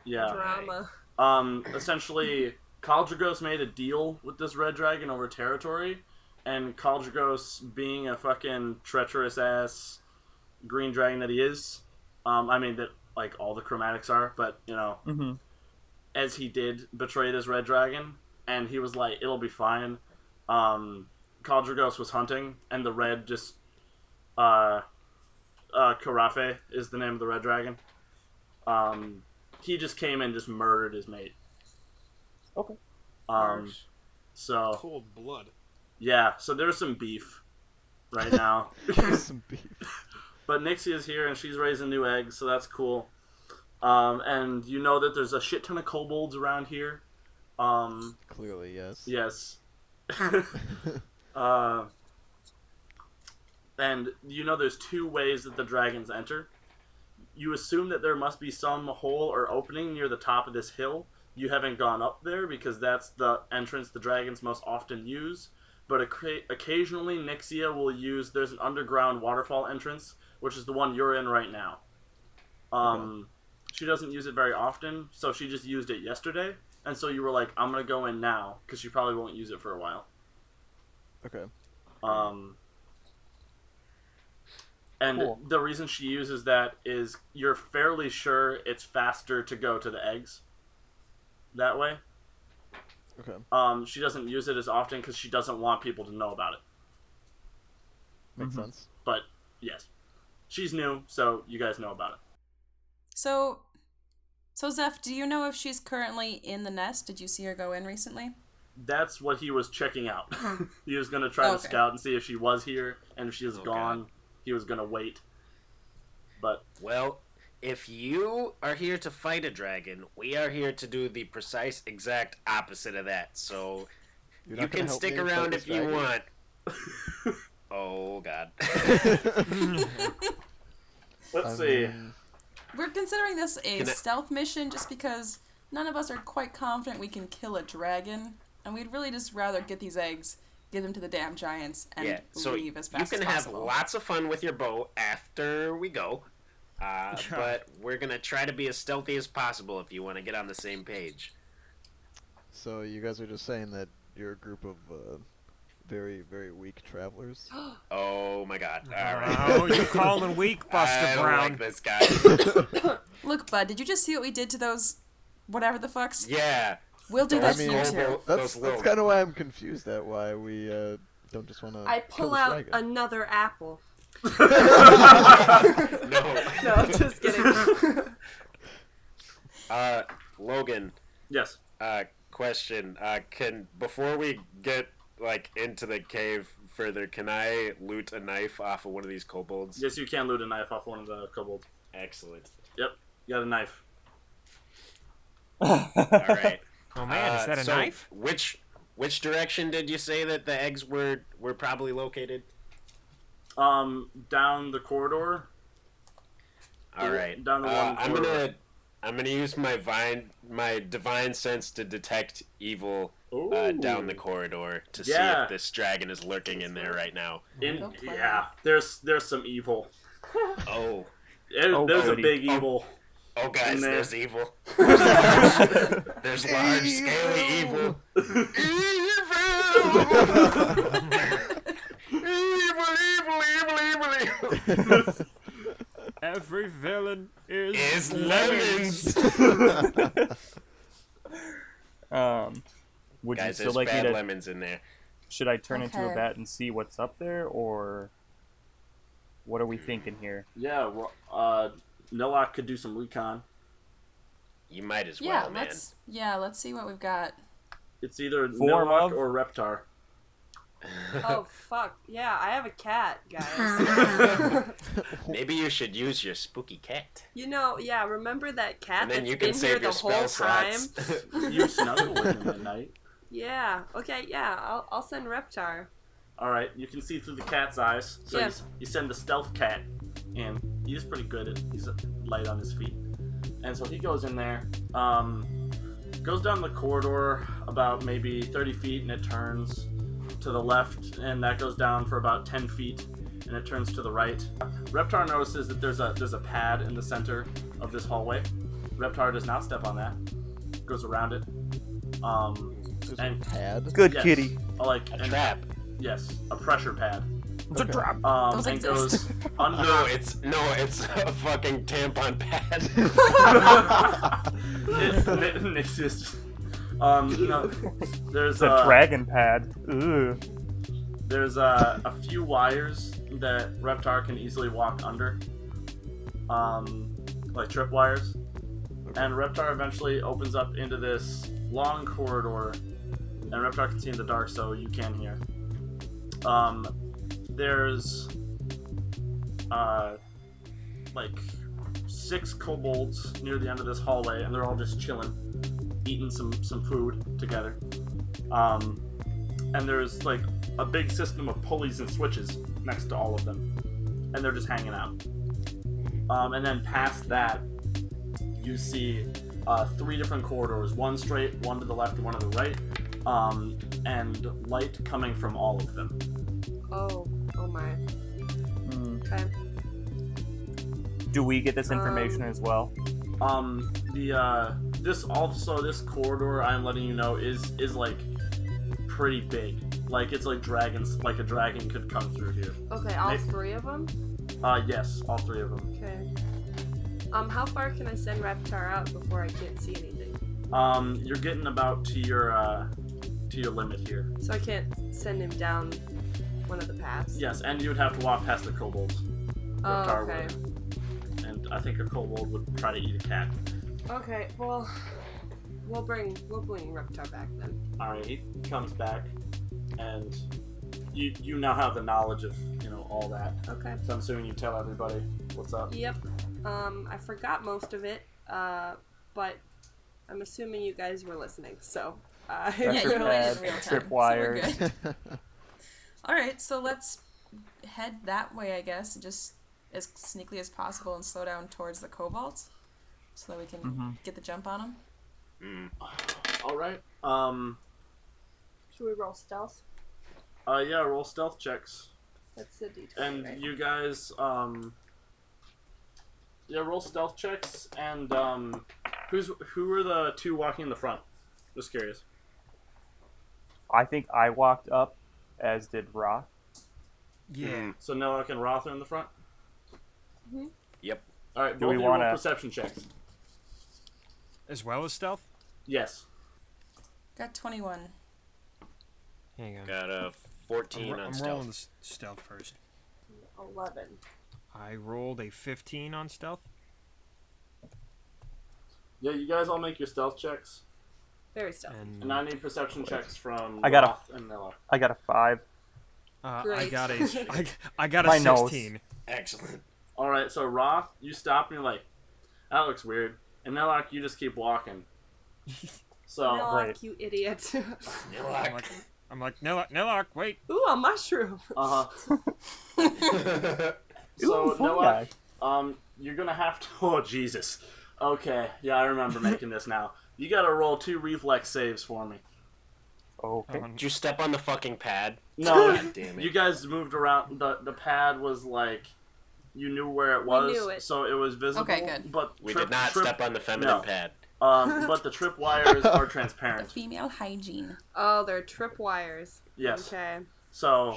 Speaker 2: Yeah.
Speaker 7: Drama.
Speaker 2: Um, essentially, Caldrigos made a deal with this red dragon over territory, and Caldrigos, being a fucking treacherous ass green dragon that he is, um, I mean that like all the chromatics are, but you know,
Speaker 5: Mm-hmm.
Speaker 2: as he did betray this red dragon, and he was like, "It'll be fine." Um, Caldrigos was hunting, and the red just, uh, uh, Carafe is the name of the red dragon. Um, he just came and just murdered his mate.
Speaker 5: Okay.
Speaker 2: Um, so
Speaker 12: Cold blood.
Speaker 2: yeah, so there's some beef right now.
Speaker 11: some beef.
Speaker 2: But Nixie is here and she's raising new eggs, so that's cool. Um, and you know that there's a shit ton of kobolds around here. Um,
Speaker 11: Clearly, yes.
Speaker 2: yes. uh, and you know there's two ways that the dragons enter. You assume that there must be some hole or opening near the top of this hill. You haven't gone up there because that's the entrance the dragons most often use. But occa- occasionally, Nixia will use. There's an underground waterfall entrance, which is the one you're in right now. Um, she doesn't use it very often, so she just used it yesterday. And so you were like, "I'm gonna go in now," because she probably won't use it for a while.
Speaker 11: Okay.
Speaker 2: Um, and
Speaker 11: Cool.
Speaker 2: the reason she uses that is you're fairly sure it's faster to go to the eggs that way.
Speaker 11: Okay.
Speaker 2: Um, she doesn't use it as often because she doesn't want people to know about it.
Speaker 11: Makes sense.
Speaker 2: But yes, she's new, so you guys know about it.
Speaker 6: So, so Zeph, do you know if she's currently in the nest? Did you see her go in recently?
Speaker 2: That's what he was checking out. he was gonna try to
Speaker 6: Okay.
Speaker 2: scout and see if she was here, and if she is gone, he was gonna wait. But
Speaker 4: Well, if you are here to fight a dragon, we are here to do the precise exact opposite of that. So
Speaker 11: You're
Speaker 4: you
Speaker 11: not gonna
Speaker 4: can
Speaker 11: help
Speaker 4: stick
Speaker 11: me fight
Speaker 4: around
Speaker 11: this
Speaker 4: if you
Speaker 11: dragon.
Speaker 4: want. oh god.
Speaker 2: Let's
Speaker 11: see.
Speaker 6: We're considering this a
Speaker 4: Can I-
Speaker 6: stealth mission just because none of us are quite confident we can kill a dragon, and we'd really just rather get these eggs, give them to the damn giants, and
Speaker 4: yeah, so
Speaker 6: leave as fast
Speaker 4: you can
Speaker 6: as
Speaker 4: have
Speaker 6: possible.
Speaker 4: lots of fun with your bow after we go. Uh, but we're gonna try to be as stealthy as possible if you want to get on the same page.
Speaker 11: So you guys are just saying that you're a group of uh, very, very weak travelers.
Speaker 4: Oh my god! All right.
Speaker 9: Oh, you call him weak, Buster
Speaker 4: I don't
Speaker 9: Brown.
Speaker 4: like Uh, this guy.
Speaker 6: Look, bud, did you just see what we did to those, whatever the fucks?
Speaker 4: yeah.
Speaker 6: We'll do
Speaker 11: I
Speaker 6: that to
Speaker 11: mean,
Speaker 6: you too.
Speaker 11: That's
Speaker 4: Those little-
Speaker 11: that's kind of why I'm confused at why we uh, don't just want to.
Speaker 7: I pull out another apple.
Speaker 4: no.
Speaker 7: No, I'm just kidding.
Speaker 4: Uh, Logan.
Speaker 2: Yes.
Speaker 4: Uh, question. Uh, can before we get like into the cave further, can I loot a knife off of one of these kobolds?
Speaker 2: yes, you can loot a knife off one of the kobolds.
Speaker 4: Excellent.
Speaker 2: Yep, you got a knife.
Speaker 4: All right. Uh,
Speaker 9: Oh, man, is that a
Speaker 4: so
Speaker 9: knife?
Speaker 4: Which which direction did you say that the eggs were were probably located?
Speaker 2: Um, down the corridor.
Speaker 4: All right.
Speaker 2: Down the
Speaker 4: Uh,
Speaker 2: one.
Speaker 4: I'm
Speaker 2: corridor.
Speaker 4: gonna I'm gonna use my vine my divine sense to detect evil uh, down the corridor to see
Speaker 2: Yeah.
Speaker 4: if this dragon is lurking in there right now.
Speaker 2: In, yeah, there's there's some evil.
Speaker 4: Oh.
Speaker 2: There-
Speaker 4: Oh,
Speaker 2: there's
Speaker 4: goody.
Speaker 2: a big evil.
Speaker 4: Oh, guys,
Speaker 2: in there.
Speaker 4: there's evil. there's large, scaly evil.
Speaker 9: Every villain is,
Speaker 4: Is lemons.
Speaker 5: um, would you
Speaker 4: guys,
Speaker 5: still
Speaker 4: there's
Speaker 5: like me
Speaker 4: bad
Speaker 5: to?
Speaker 4: lemons in there.
Speaker 5: Should I turn into a
Speaker 2: Okay.
Speaker 5: bat and see what's up there, or what are we thinking here?
Speaker 2: Yeah, well, uh, Noah could do some recon.
Speaker 4: You might as
Speaker 3: yeah, let's yeah, let's see what we've got.
Speaker 2: It's either
Speaker 5: Form
Speaker 2: Noah
Speaker 5: of-
Speaker 2: or Reptar.
Speaker 7: Oh fuck! Yeah, I have a cat, guys.
Speaker 4: Maybe you should use your spooky cat.
Speaker 7: you know, yeah. Remember that cat
Speaker 4: And then
Speaker 7: that's
Speaker 4: you can
Speaker 7: been
Speaker 4: save
Speaker 7: here the
Speaker 4: your spell
Speaker 7: whole time?
Speaker 4: slots.
Speaker 2: you snuggle with him at night.
Speaker 7: Yeah. Okay. Yeah. I'll, I'll send Reptar.
Speaker 2: All right, you can see through the cat's eyes. So you,
Speaker 7: Yeah.
Speaker 2: s- you send the stealth cat, and he's pretty good. At, he's light on his feet, and so he goes in there. Um, goes down the corridor about maybe 30 feet, and it turns to the left, and that goes down for about 10 feet, and it turns to the right. Reptar notices that there's a there's a pad in the center of this hallway. Reptar does not step on that. Goes around it. Um, and
Speaker 11: pad.
Speaker 5: Good
Speaker 2: Yes.
Speaker 5: kitty.
Speaker 2: Uh, Like a trap. Yes, a pressure pad.
Speaker 5: It's a Okay. trap.
Speaker 2: Um,
Speaker 5: Those
Speaker 2: and
Speaker 5: exist.
Speaker 2: goes under.
Speaker 4: No, it's no, it's a fucking tampon pad.
Speaker 2: it, it exists. Um, no, there's
Speaker 5: It's a
Speaker 2: uh,
Speaker 5: dragon pad. Ooh.
Speaker 2: There's uh, a few wires that Reptar can easily walk under, um, like trip wires. And Reptar eventually opens up into this long corridor, and Reptar can see in the dark, so you can hear. Um, there's uh, like six kobolds near the end of this hallway, and they're all just chilling, eating some some food together. Um, and there's like a big system of pulleys and switches next to all of them, and they're just hanging out. Um, and then past that, you see uh, three different corridors: one straight, one to the left, and one to the right, um, and light coming from all of them.
Speaker 7: Oh. Oh my. Okay.
Speaker 5: Do we get this information as well?
Speaker 2: Um, the uh, this also this corridor I'm letting you know is is like pretty big. Like it's like dragons, like a dragon could come through here.
Speaker 7: Okay. All
Speaker 2: May-
Speaker 7: three of them.
Speaker 2: Uh, yes, all three of them.
Speaker 7: Okay. Um, how far can I send Reptar out before I can't see anything?
Speaker 2: Um, you're getting about to your uh, to your limit here.
Speaker 7: So I can't send him down one of the paths.
Speaker 2: Yes, and you would have to walk past the kobolds.
Speaker 7: Oh,
Speaker 2: Reptar
Speaker 7: okay.
Speaker 2: would. And I think a kobold would try to eat a cat.
Speaker 7: Okay. Well, we'll bring we'll bring Reptar back then.
Speaker 2: All right, he comes back, and you you now have the knowledge of you know all that.
Speaker 7: Okay.
Speaker 2: So I'm assuming you tell everybody what's up.
Speaker 7: Yep. Um, I forgot most of it, uh, but I'm assuming you guys were listening, so. Uh,
Speaker 5: Yeah, you Pressure were in pad, real time, trip so we're wires. good.
Speaker 6: All right, so let's head that way, I guess, just as sneakily as possible and slow down towards the kobolds so that we can
Speaker 5: Mm-hmm.
Speaker 2: Mhm.
Speaker 6: get the jump on them.
Speaker 2: All right. Um.
Speaker 7: Should we roll stealth?
Speaker 2: Uh. Yeah. Roll stealth checks,
Speaker 7: That's the detail.
Speaker 2: and you guys. Um. Yeah. Roll stealth checks, and um. Who's who were the two walking in the front? Just curious.
Speaker 5: I think I walked up, as did Roth.
Speaker 4: hmm.
Speaker 2: Yeah. So Noah and Roth are in the front.
Speaker 7: Mhm.
Speaker 4: Yep.
Speaker 2: All right.
Speaker 5: Do
Speaker 2: both
Speaker 5: we
Speaker 2: of you roll
Speaker 5: wanna-
Speaker 2: perception checks?
Speaker 9: As well as stealth?
Speaker 2: Yes.
Speaker 6: Got 21.
Speaker 9: Hang on.
Speaker 4: Got a 14
Speaker 9: I'm, ro-
Speaker 4: on
Speaker 9: I'm
Speaker 4: stealth.
Speaker 9: rolling the s- stealth first.
Speaker 7: 11.
Speaker 9: I rolled a 15 on stealth.
Speaker 2: Yeah. You guys all make your stealth checks,
Speaker 7: Very stealthy.
Speaker 9: And,
Speaker 2: and I need perception checks from
Speaker 5: Mm-hmm. I got
Speaker 2: Roth
Speaker 5: a,
Speaker 2: and Noah.
Speaker 5: I got a five.
Speaker 9: uh, I
Speaker 2: Great.
Speaker 9: got a, I, I got a
Speaker 5: My nose.
Speaker 9: 16.
Speaker 4: Excellent.
Speaker 2: All right, so Roth, you stop and you're like, that looks weird. And Nelloc, you just keep walking. So,
Speaker 7: Nilok, you idiot.
Speaker 9: I'm like, I'm like Nelloc, Nelloc, wait.
Speaker 7: Ooh, a mushroom.
Speaker 2: uh huh. so
Speaker 9: Ooh, fungi.
Speaker 2: Nelloc, um, you're gonna have to. Oh Jesus. Okay, yeah, I remember making this now. You gotta roll two reflex saves for me.
Speaker 5: Okay.
Speaker 4: Did you step on the fucking pad?
Speaker 2: No,
Speaker 4: God damn it.
Speaker 2: you guys moved around. The the pad was like, you knew where it
Speaker 4: We
Speaker 2: was,
Speaker 4: knew it.
Speaker 2: so it was visible.
Speaker 4: Okay, good.
Speaker 2: But
Speaker 4: We
Speaker 2: trip-
Speaker 4: did not
Speaker 2: trip-
Speaker 4: step on the feminine
Speaker 2: no.
Speaker 4: pad.
Speaker 2: Um, but the trip wires are transparent.
Speaker 6: Female hygiene.
Speaker 7: Oh, they're tripwires.
Speaker 2: Yes.
Speaker 7: Okay.
Speaker 2: So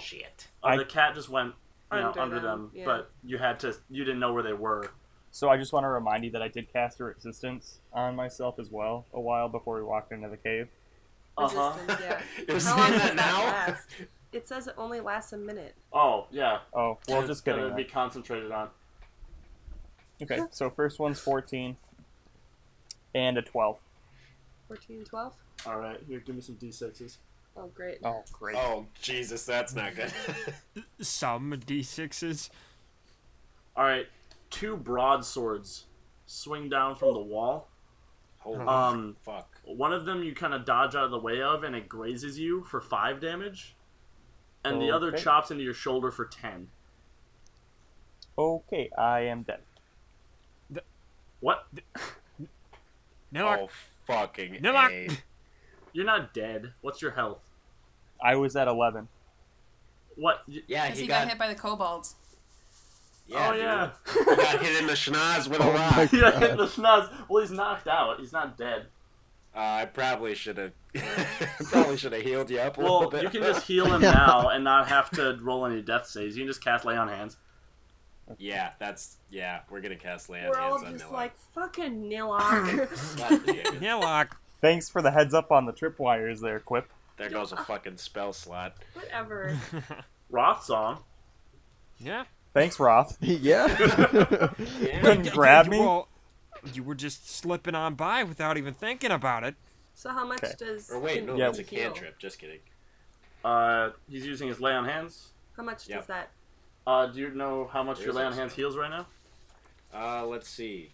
Speaker 2: uh,
Speaker 5: I-
Speaker 2: the cat just went you know,
Speaker 7: Under
Speaker 2: under,
Speaker 7: them,
Speaker 2: them,
Speaker 7: yeah.
Speaker 2: but you had to you didn't know where they were.
Speaker 5: So I just want to remind you that I did cast a resistance on myself as well a while before we walked into the cave.
Speaker 2: Uh-huh.
Speaker 7: resistance. Yeah.
Speaker 2: You're
Speaker 7: How
Speaker 2: saying
Speaker 7: long does
Speaker 2: that now?
Speaker 7: last? It says it only lasts a minute.
Speaker 2: Oh yeah.
Speaker 5: Oh, well, just
Speaker 2: Gotta
Speaker 5: getting
Speaker 2: be
Speaker 5: that.
Speaker 2: concentrated on.
Speaker 5: Okay, so first one's 14 and a 12.
Speaker 7: 14, 12?
Speaker 2: All right, here, give me some d6s.
Speaker 7: Oh, great.
Speaker 5: Oh, great.
Speaker 4: Oh, Jesus, that's not good.
Speaker 9: Some d6s.
Speaker 2: All right, two broadswords swing down from the wall.
Speaker 4: Holy
Speaker 2: um,
Speaker 4: fuck!
Speaker 2: One of them you kind of dodge out of the way of, and it grazes you for five damage, and the other
Speaker 5: Okay.
Speaker 2: chops into your shoulder for ten.
Speaker 5: Okay, I am dead.
Speaker 2: What?
Speaker 9: Nilok.
Speaker 4: Oh, fucking
Speaker 9: Nilok.
Speaker 2: You're not dead. What's your health?
Speaker 5: I was at 11.
Speaker 2: What?
Speaker 5: Uh,
Speaker 4: Yeah,
Speaker 6: Because he got, hit by the kobolds.
Speaker 4: Yeah,
Speaker 2: oh yeah.
Speaker 4: dude. He got hit in the schnoz with a
Speaker 2: He
Speaker 4: rock.
Speaker 2: got hit in the schnoz. Well, he's knocked out. He's not dead.
Speaker 4: Uh, I probably should have. probably should have healed you up a
Speaker 2: Well,
Speaker 4: little bit.
Speaker 2: you can just heal him now and not have to roll any death saves. You can just cast lay on hands.
Speaker 4: Yeah, that's yeah. We're gonna cast land
Speaker 7: We're all
Speaker 4: hands on
Speaker 7: just
Speaker 4: Nilok.
Speaker 7: like, fucking Nilok.
Speaker 9: Nilok.
Speaker 5: Thanks for the heads up on the tripwires there, Quip.
Speaker 4: There goes a fucking spell slot.
Speaker 7: Whatever.
Speaker 2: Roth song.
Speaker 9: Yeah.
Speaker 5: Thanks, Roth.
Speaker 11: yeah.
Speaker 5: Couldn't grab me.
Speaker 9: Well, you were just slipping on by without even thinking about it.
Speaker 7: so how much
Speaker 5: Okay.
Speaker 7: does
Speaker 4: Or wait, no,
Speaker 7: Kincaid
Speaker 4: that's a
Speaker 7: heal?
Speaker 4: cantrip. Just kidding.
Speaker 2: Uh, he's using his lay on hands.
Speaker 7: How much
Speaker 4: Yep.
Speaker 7: does that?
Speaker 2: Uh, do you know how much your
Speaker 4: There's
Speaker 2: lay on
Speaker 4: a
Speaker 2: hands heals right now?
Speaker 4: Uh, let's see.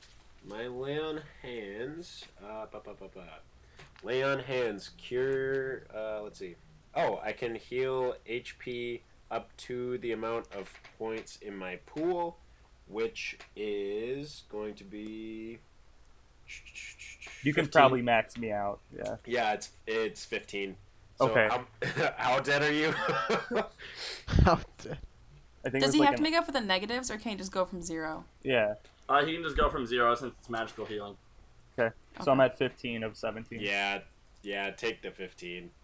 Speaker 4: My lay on hands. Uh, ba, ba, ba, ba. Lay on hands. Cure. Uh, let's see. Oh, I can heal HP up to the amount of points in my pool, which is going to be.
Speaker 5: You
Speaker 4: 15.
Speaker 5: can probably max me out. Yeah.
Speaker 4: Yeah, it's it's fifteen. So
Speaker 5: Okay.
Speaker 4: How, how dead are you?
Speaker 5: I think
Speaker 6: Does
Speaker 5: it's
Speaker 6: he
Speaker 5: like
Speaker 6: have
Speaker 5: an-
Speaker 6: to make up for the negatives, or can he just go from zero?
Speaker 5: Yeah.
Speaker 2: Uh, he can just go from zero since it's magical healing.
Speaker 5: Okay. So I'm at 15 of 17.
Speaker 4: yeah, yeah. Take the fifteen.
Speaker 5: Oh,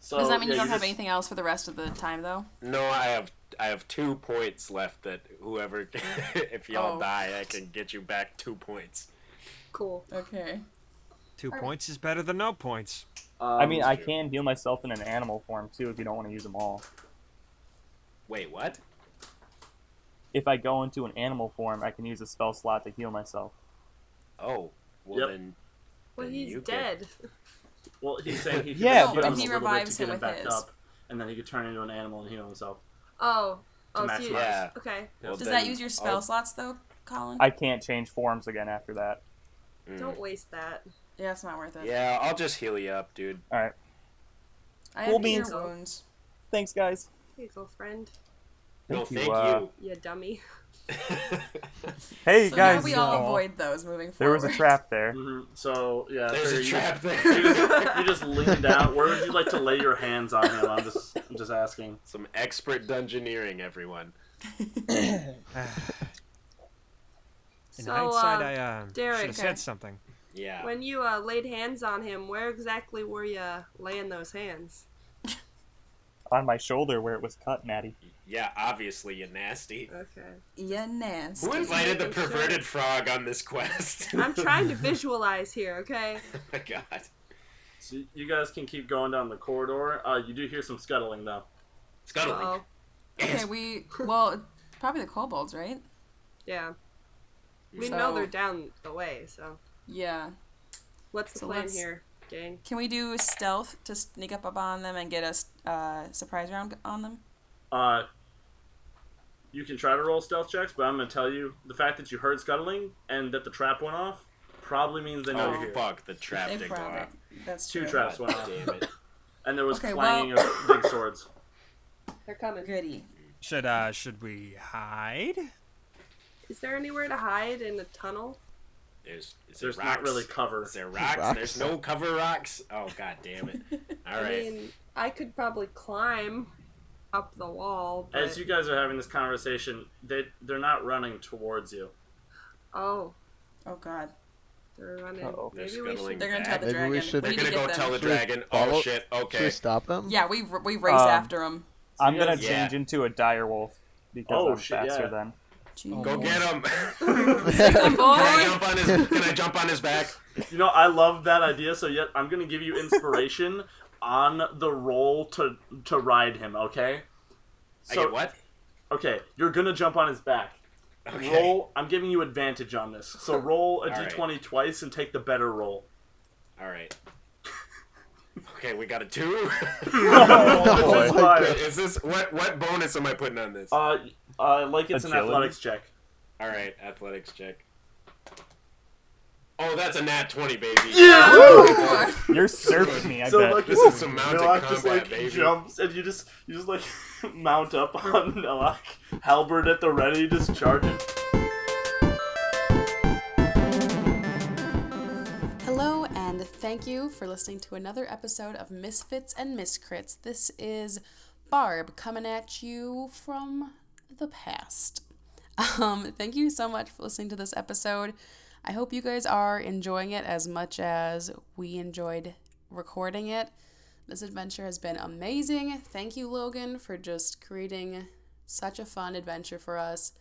Speaker 2: So
Speaker 6: Does that mean
Speaker 2: yeah,
Speaker 6: you don't have
Speaker 2: just-
Speaker 6: anything else for the rest of the time, though?
Speaker 4: No, I have I have two points left that whoever if y'all
Speaker 6: Oh.
Speaker 4: die I can get you back two points.
Speaker 7: Cool.
Speaker 6: Okay.
Speaker 9: Two points is better than no points.
Speaker 5: I mean,
Speaker 4: Um,
Speaker 5: I can heal myself in an animal form too if you don't want to use them all.
Speaker 4: Wait, what?
Speaker 5: If I go into an animal form, I can use a spell slot to heal myself.
Speaker 4: Oh, well
Speaker 2: Yep.
Speaker 4: then
Speaker 7: Well,
Speaker 4: Then
Speaker 7: he's
Speaker 4: you
Speaker 7: dead.
Speaker 2: Well, he's saying he could
Speaker 5: Yeah,
Speaker 2: just give
Speaker 5: but
Speaker 2: him
Speaker 5: if
Speaker 2: a
Speaker 5: he
Speaker 2: little bit
Speaker 6: revives
Speaker 2: to
Speaker 6: him
Speaker 2: get
Speaker 6: with
Speaker 2: him back
Speaker 6: his-
Speaker 2: up, and then he could turn into an animal and heal himself.
Speaker 7: Oh.
Speaker 2: To
Speaker 7: Oh, so you,
Speaker 2: maximize.
Speaker 4: Yeah.
Speaker 7: okay.
Speaker 4: well,
Speaker 6: Does
Speaker 4: then
Speaker 6: that use your spell
Speaker 4: I'll-
Speaker 6: slots, though, Colin?
Speaker 5: I can't change forms again after that.
Speaker 4: Mm.
Speaker 7: Don't waste that.
Speaker 6: Yeah, it's not worth it.
Speaker 4: Yeah, I'll just heal you up, dude.
Speaker 5: All right.
Speaker 6: I
Speaker 5: Cool
Speaker 6: have ear
Speaker 5: beans.
Speaker 6: wounds.
Speaker 5: Thanks, guys.
Speaker 7: Here you go, friend.
Speaker 4: No,
Speaker 5: Thank you,
Speaker 4: thank you.
Speaker 5: uh,
Speaker 7: You dummy.
Speaker 5: Hey
Speaker 6: So
Speaker 5: guys.
Speaker 6: now we all
Speaker 5: Aw.
Speaker 6: avoid those moving
Speaker 5: There
Speaker 6: forward.
Speaker 5: was a trap there.
Speaker 2: hmm So yeah,
Speaker 4: There's
Speaker 2: so
Speaker 4: a
Speaker 2: you-
Speaker 4: trap
Speaker 2: You
Speaker 4: there.
Speaker 2: just, you just lean down. Where would you like to lay your hands on him? I'm just, I'm just asking.
Speaker 4: Some expert dungeoneering, everyone.
Speaker 9: In
Speaker 7: So,
Speaker 9: hindsight,
Speaker 7: uh,
Speaker 9: I uh, should
Speaker 7: Derek,
Speaker 9: have
Speaker 7: okay.
Speaker 9: said something.
Speaker 4: Yeah.
Speaker 7: When you uh, laid hands on him, where exactly were you laying those hands?
Speaker 5: On my shoulder where it was cut, Maddie.
Speaker 4: Yeah, obviously you nasty.
Speaker 6: Uh,
Speaker 7: Okay.
Speaker 6: Yeah, nasty.
Speaker 4: Who invited the
Speaker 7: making sure.
Speaker 4: perverted frog on this quest?
Speaker 7: I'm trying to visualize here, okay?
Speaker 4: oh my god.
Speaker 2: So you guys can keep going down the corridor. Uh, you do hear some scuttling though.
Speaker 4: Scuttling.
Speaker 7: Oh,
Speaker 6: Okay, we well, probably the kobolds, right?
Speaker 7: yeah. We
Speaker 6: So-
Speaker 7: know they're down the way, so
Speaker 6: Yeah.
Speaker 7: what's the
Speaker 6: So
Speaker 7: plan
Speaker 6: let's-
Speaker 7: here, gang?
Speaker 6: Can we do stealth to sneak up on them and get a s- uh, surprise round on them?
Speaker 2: Uh, you can try to roll stealth checks, but I'm going to tell you the fact that you heard scuttling and that the trap went off probably means they know
Speaker 4: Oh
Speaker 2: you're here.
Speaker 4: fuck, the trap
Speaker 6: They
Speaker 4: did go
Speaker 6: probably.
Speaker 4: off.
Speaker 6: That's
Speaker 2: Two
Speaker 6: true.
Speaker 2: traps went off,
Speaker 4: Damn it.
Speaker 2: and there was
Speaker 6: Okay,
Speaker 2: clanging of big swords.
Speaker 7: They're coming.
Speaker 6: Goody.
Speaker 9: Should uh, should we hide?
Speaker 7: Is there anywhere to hide in a tunnel?
Speaker 4: There's, is there
Speaker 2: There's
Speaker 4: rocks?
Speaker 2: not really cover.
Speaker 4: Is there rocks?
Speaker 11: Rocks.
Speaker 4: There's no cover rocks. Oh god damn it! All
Speaker 7: I
Speaker 4: right.
Speaker 7: mean, I could probably climb up the wall. But...
Speaker 2: As you guys are having this conversation, they they're not running towards you.
Speaker 7: Oh,
Speaker 6: Oh God.
Speaker 7: they're running.
Speaker 5: Uh-oh.
Speaker 7: Maybe
Speaker 4: They're
Speaker 7: we
Speaker 4: scuttling.
Speaker 7: should.
Speaker 6: They're gonna tell the
Speaker 11: Maybe
Speaker 6: dragon.
Speaker 11: we should-
Speaker 4: They're
Speaker 6: need
Speaker 4: gonna
Speaker 6: to
Speaker 4: go
Speaker 6: get
Speaker 4: tell
Speaker 6: them.
Speaker 4: the
Speaker 11: Should we
Speaker 4: dragon. Oh
Speaker 11: follow-
Speaker 4: shit!
Speaker 11: Should we
Speaker 4: Okay.
Speaker 11: stop them?
Speaker 6: Yeah, we we race
Speaker 5: Um,
Speaker 6: after him.
Speaker 5: I'm gonna
Speaker 4: Yeah.
Speaker 5: change into a dire wolf because
Speaker 2: Oh,
Speaker 5: I'm
Speaker 2: shit,
Speaker 5: faster
Speaker 2: yeah.
Speaker 5: then.
Speaker 4: Go get him. Can I
Speaker 6: Boy.
Speaker 4: jump on his? Can I jump on his back?
Speaker 2: You know, I love that idea. So yet, I'm gonna give you inspiration on the roll to to ride him. Okay.
Speaker 4: I get what?
Speaker 2: Okay, you're gonna jump on his back.
Speaker 4: Okay.
Speaker 2: Roll. I'm giving you advantage on this. So roll a
Speaker 4: All right.
Speaker 2: d20 twice and take the better roll.
Speaker 4: All right. Okay, we got a two. This
Speaker 2: No,
Speaker 4: is
Speaker 2: I like
Speaker 4: fine.
Speaker 2: that.
Speaker 4: is this what? What bonus am I putting on this?
Speaker 2: Uh, uh, like it's an
Speaker 4: Agility?
Speaker 2: athletics check.
Speaker 4: All right, athletics check. Oh, that's a nat twenty, baby.
Speaker 2: Yeah!
Speaker 5: Woo! You're surfing me, I
Speaker 2: so
Speaker 5: bet.
Speaker 2: like
Speaker 4: This is some mounted
Speaker 2: Nilak just
Speaker 4: combat,
Speaker 2: like
Speaker 4: baby.
Speaker 2: jumps and you just you just like mount up on Nilak, halberd at the ready, just charging.
Speaker 3: Hello, and thank you for listening to another episode of Misfits and Miscrits. This is Barb coming at you from the past. Um, thank you so much for listening to this episode. I hope you guys are enjoying it as much as we enjoyed recording it. This adventure has been amazing. Thank you, Logan, for just creating such a fun adventure for us.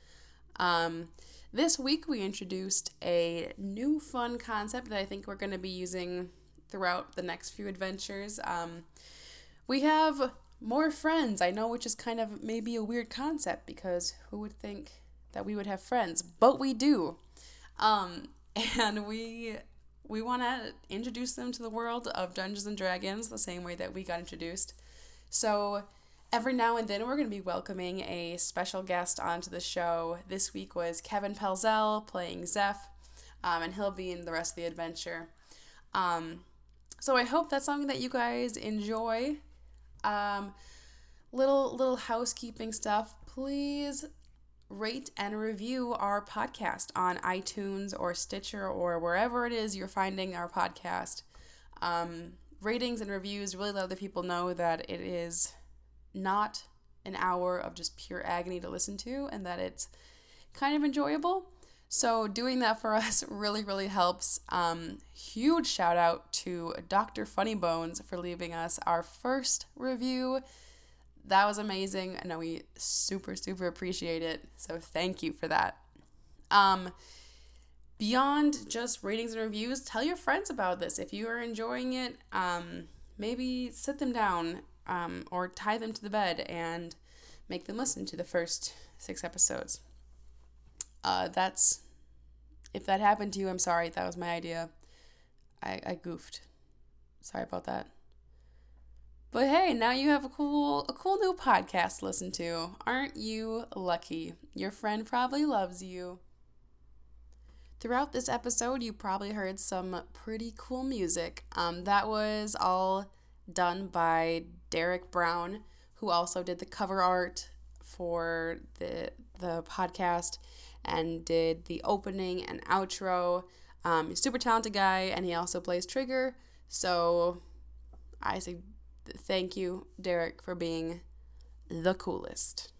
Speaker 3: Um, this week, we introduced a new fun concept that I think we're going to be using throughout the next few adventures. Um, we have more friends, I know, which is kind of maybe a weird concept because who would think that we would have friends? But we do. Um, and we we want to introduce them to the world of Dungeons and Dragons the same way that we got introduced. So every now and then we're going to be welcoming a special guest onto the show. This week was Kevin Pelzel playing Zeph, um, and he'll be in the rest of the adventure. Um, so I hope that's something that you guys enjoy. Um, little little housekeeping stuff. Please rate and review our podcast on iTunes or Stitcher or wherever it is you're finding our podcast. Um, ratings and reviews really let other people know that it is not an hour of just pure agony to listen to and that it's kind of enjoyable. So, doing that for us really, really helps. Um, huge shout out to Dr. Funny Bones for leaving us our first review that was amazing. I know we super, super appreciate it. So thank you for that. Um, beyond just ratings and reviews, tell your friends about this. If you are enjoying it, um, maybe sit them down um, or tie them to the bed and make them listen to the first six episodes. Uh, that's if that happened to you. I'm sorry. That was my idea. I, I goofed. Sorry about that. But hey, now you have a cool a cool new podcast to listen to. Aren't you lucky? Your friend probably loves you. Throughout this episode, you probably heard some pretty cool music. Um, that was all done by Derek Brown, who also did the cover art for the the podcast and did the opening and outro. Um, he's a super talented guy, and he also plays Trigger. So I say thank you, Derek, for being the coolest.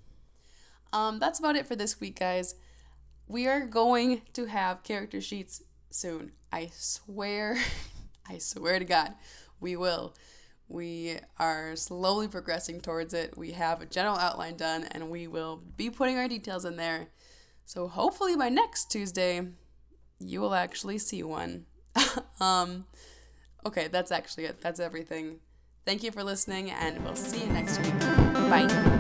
Speaker 3: Um, that's about it for this week, guys. We are going to have character sheets soon. I swear, I swear to God, we will. We are slowly progressing towards it. We have a general outline done, and we will be putting our details in there. So hopefully by next Tuesday, you will actually see one. um, okay, that's actually it. That's everything. Thank you for listening, and we'll see you next week. Bye.